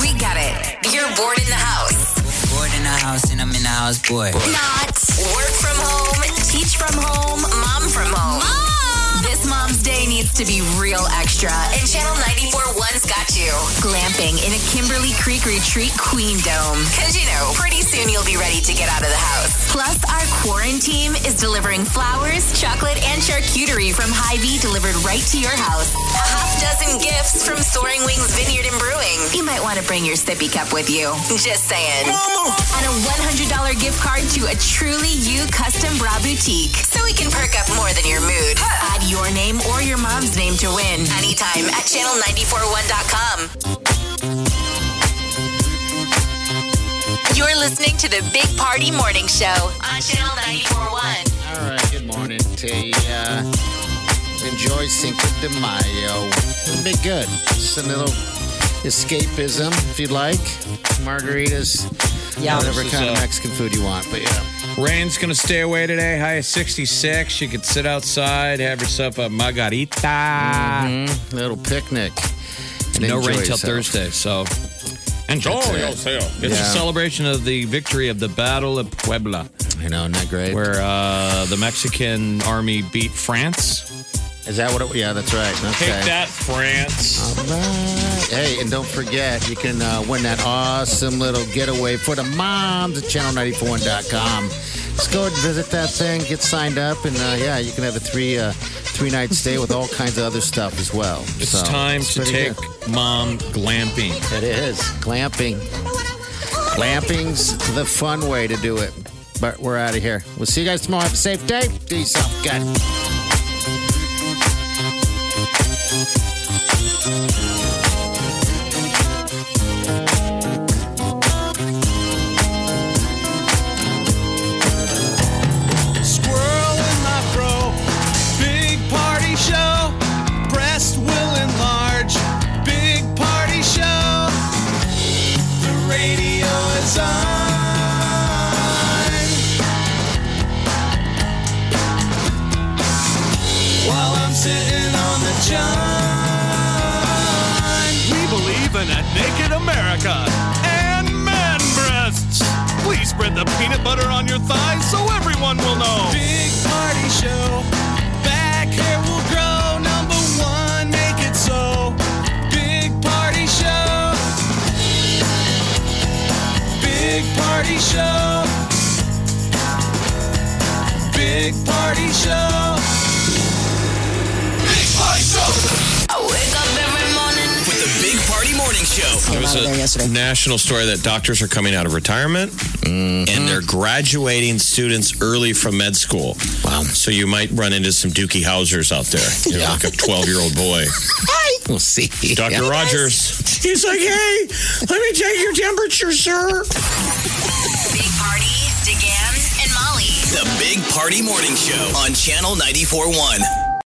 Speaker 2: We got it. You're bored in the house.
Speaker 8: Bored in the house and I'm in the house, boy.
Speaker 2: Not work from home, teach from home, mom from home. This Mom's Day needs to be real extra, and Channel 94.1's got you. Glamping in a Kimberly Creek Retreat Queen Dome. Because, you know, pretty soon you'll be ready to get out of the house. Plus, our quarantine is delivering flowers, chocolate, and charcuterie from Hy-Vee delivered right to your house. A half dozen gifts from Soaring Wings Vineyard and Brewing. You might want to bring your sippy cup with you. Just saying. And a $100 gift card to a truly you custom bra boutique. So we can perk up more than your mood. Add your name or your mom's name to win anytime at channel941.com. You're listening to the Big Party Morning Show on Channel 941.
Speaker 5: All right, good morning to you. Enjoy Cinco de Mayo. It'll be good. Just a little escapism, if you'd like. Margaritas,
Speaker 4: Yeah.
Speaker 5: whatever
Speaker 4: This is,
Speaker 5: kind of
Speaker 4: uh,
Speaker 5: Mexican food you want. But yeah,
Speaker 4: Rain's going to stay away today. High of 66. You could sit outside, have yourself a margarita.
Speaker 5: Little picnic.
Speaker 4: No
Speaker 5: Mm-hmm. Enjoy
Speaker 4: rain till
Speaker 5: yourself.
Speaker 4: Thursday, so enjoy
Speaker 5: That's it.
Speaker 4: yourself. It's
Speaker 5: Yeah.
Speaker 4: a celebration of the victory of the Battle of Puebla.
Speaker 5: I know, not great.
Speaker 4: Where uh, the Mexican army beat France.
Speaker 5: Is that what it Yeah, that's right. Okay. Oh,
Speaker 4: Take that, France.
Speaker 5: All right. Hey, and don't forget, you can uh, win that awesome little getaway for the moms at channel941.com. Just go and visit that thing, get signed up, and uh, yeah, you can have a three uh, three night stay with all kinds of other stuff as well.
Speaker 4: It's
Speaker 5: So,
Speaker 4: time
Speaker 5: it's
Speaker 4: to
Speaker 5: pretty
Speaker 4: take
Speaker 5: good.
Speaker 4: mom glamping.
Speaker 5: It is glamping. Glamping's the fun way to do it. But we're out of here. We'll see you guys tomorrow. Have a safe day. Do yourself good.
Speaker 9: Squirrel in my fro. Big party show. Breast will enlarge. Big party show. The radio is on. While I'm sitting on the john. We believe in a naked America and man breasts. Please spread the peanut butter on your thighs so everyone will know. Big party show. Back hair will grow. Number one, make it so. Big party show. Big party show. Big party show. Big party show.
Speaker 2: I wake up every morning.
Speaker 1: With the Big Party Morning Show.
Speaker 4: There was a national story that doctors are coming out of retirement and they're graduating students early from med school. Wow. So you might run into some Dookie Housers out there. You're like a 12 year old boy.
Speaker 5: Hi. We'll see.
Speaker 4: Dr.
Speaker 5: Yeah.
Speaker 4: Rogers. He's like, hey, let me take your temperature, sir.
Speaker 2: Big Party, DeGan, and Molly.
Speaker 1: The Big Party Morning Show on Channel 94.1.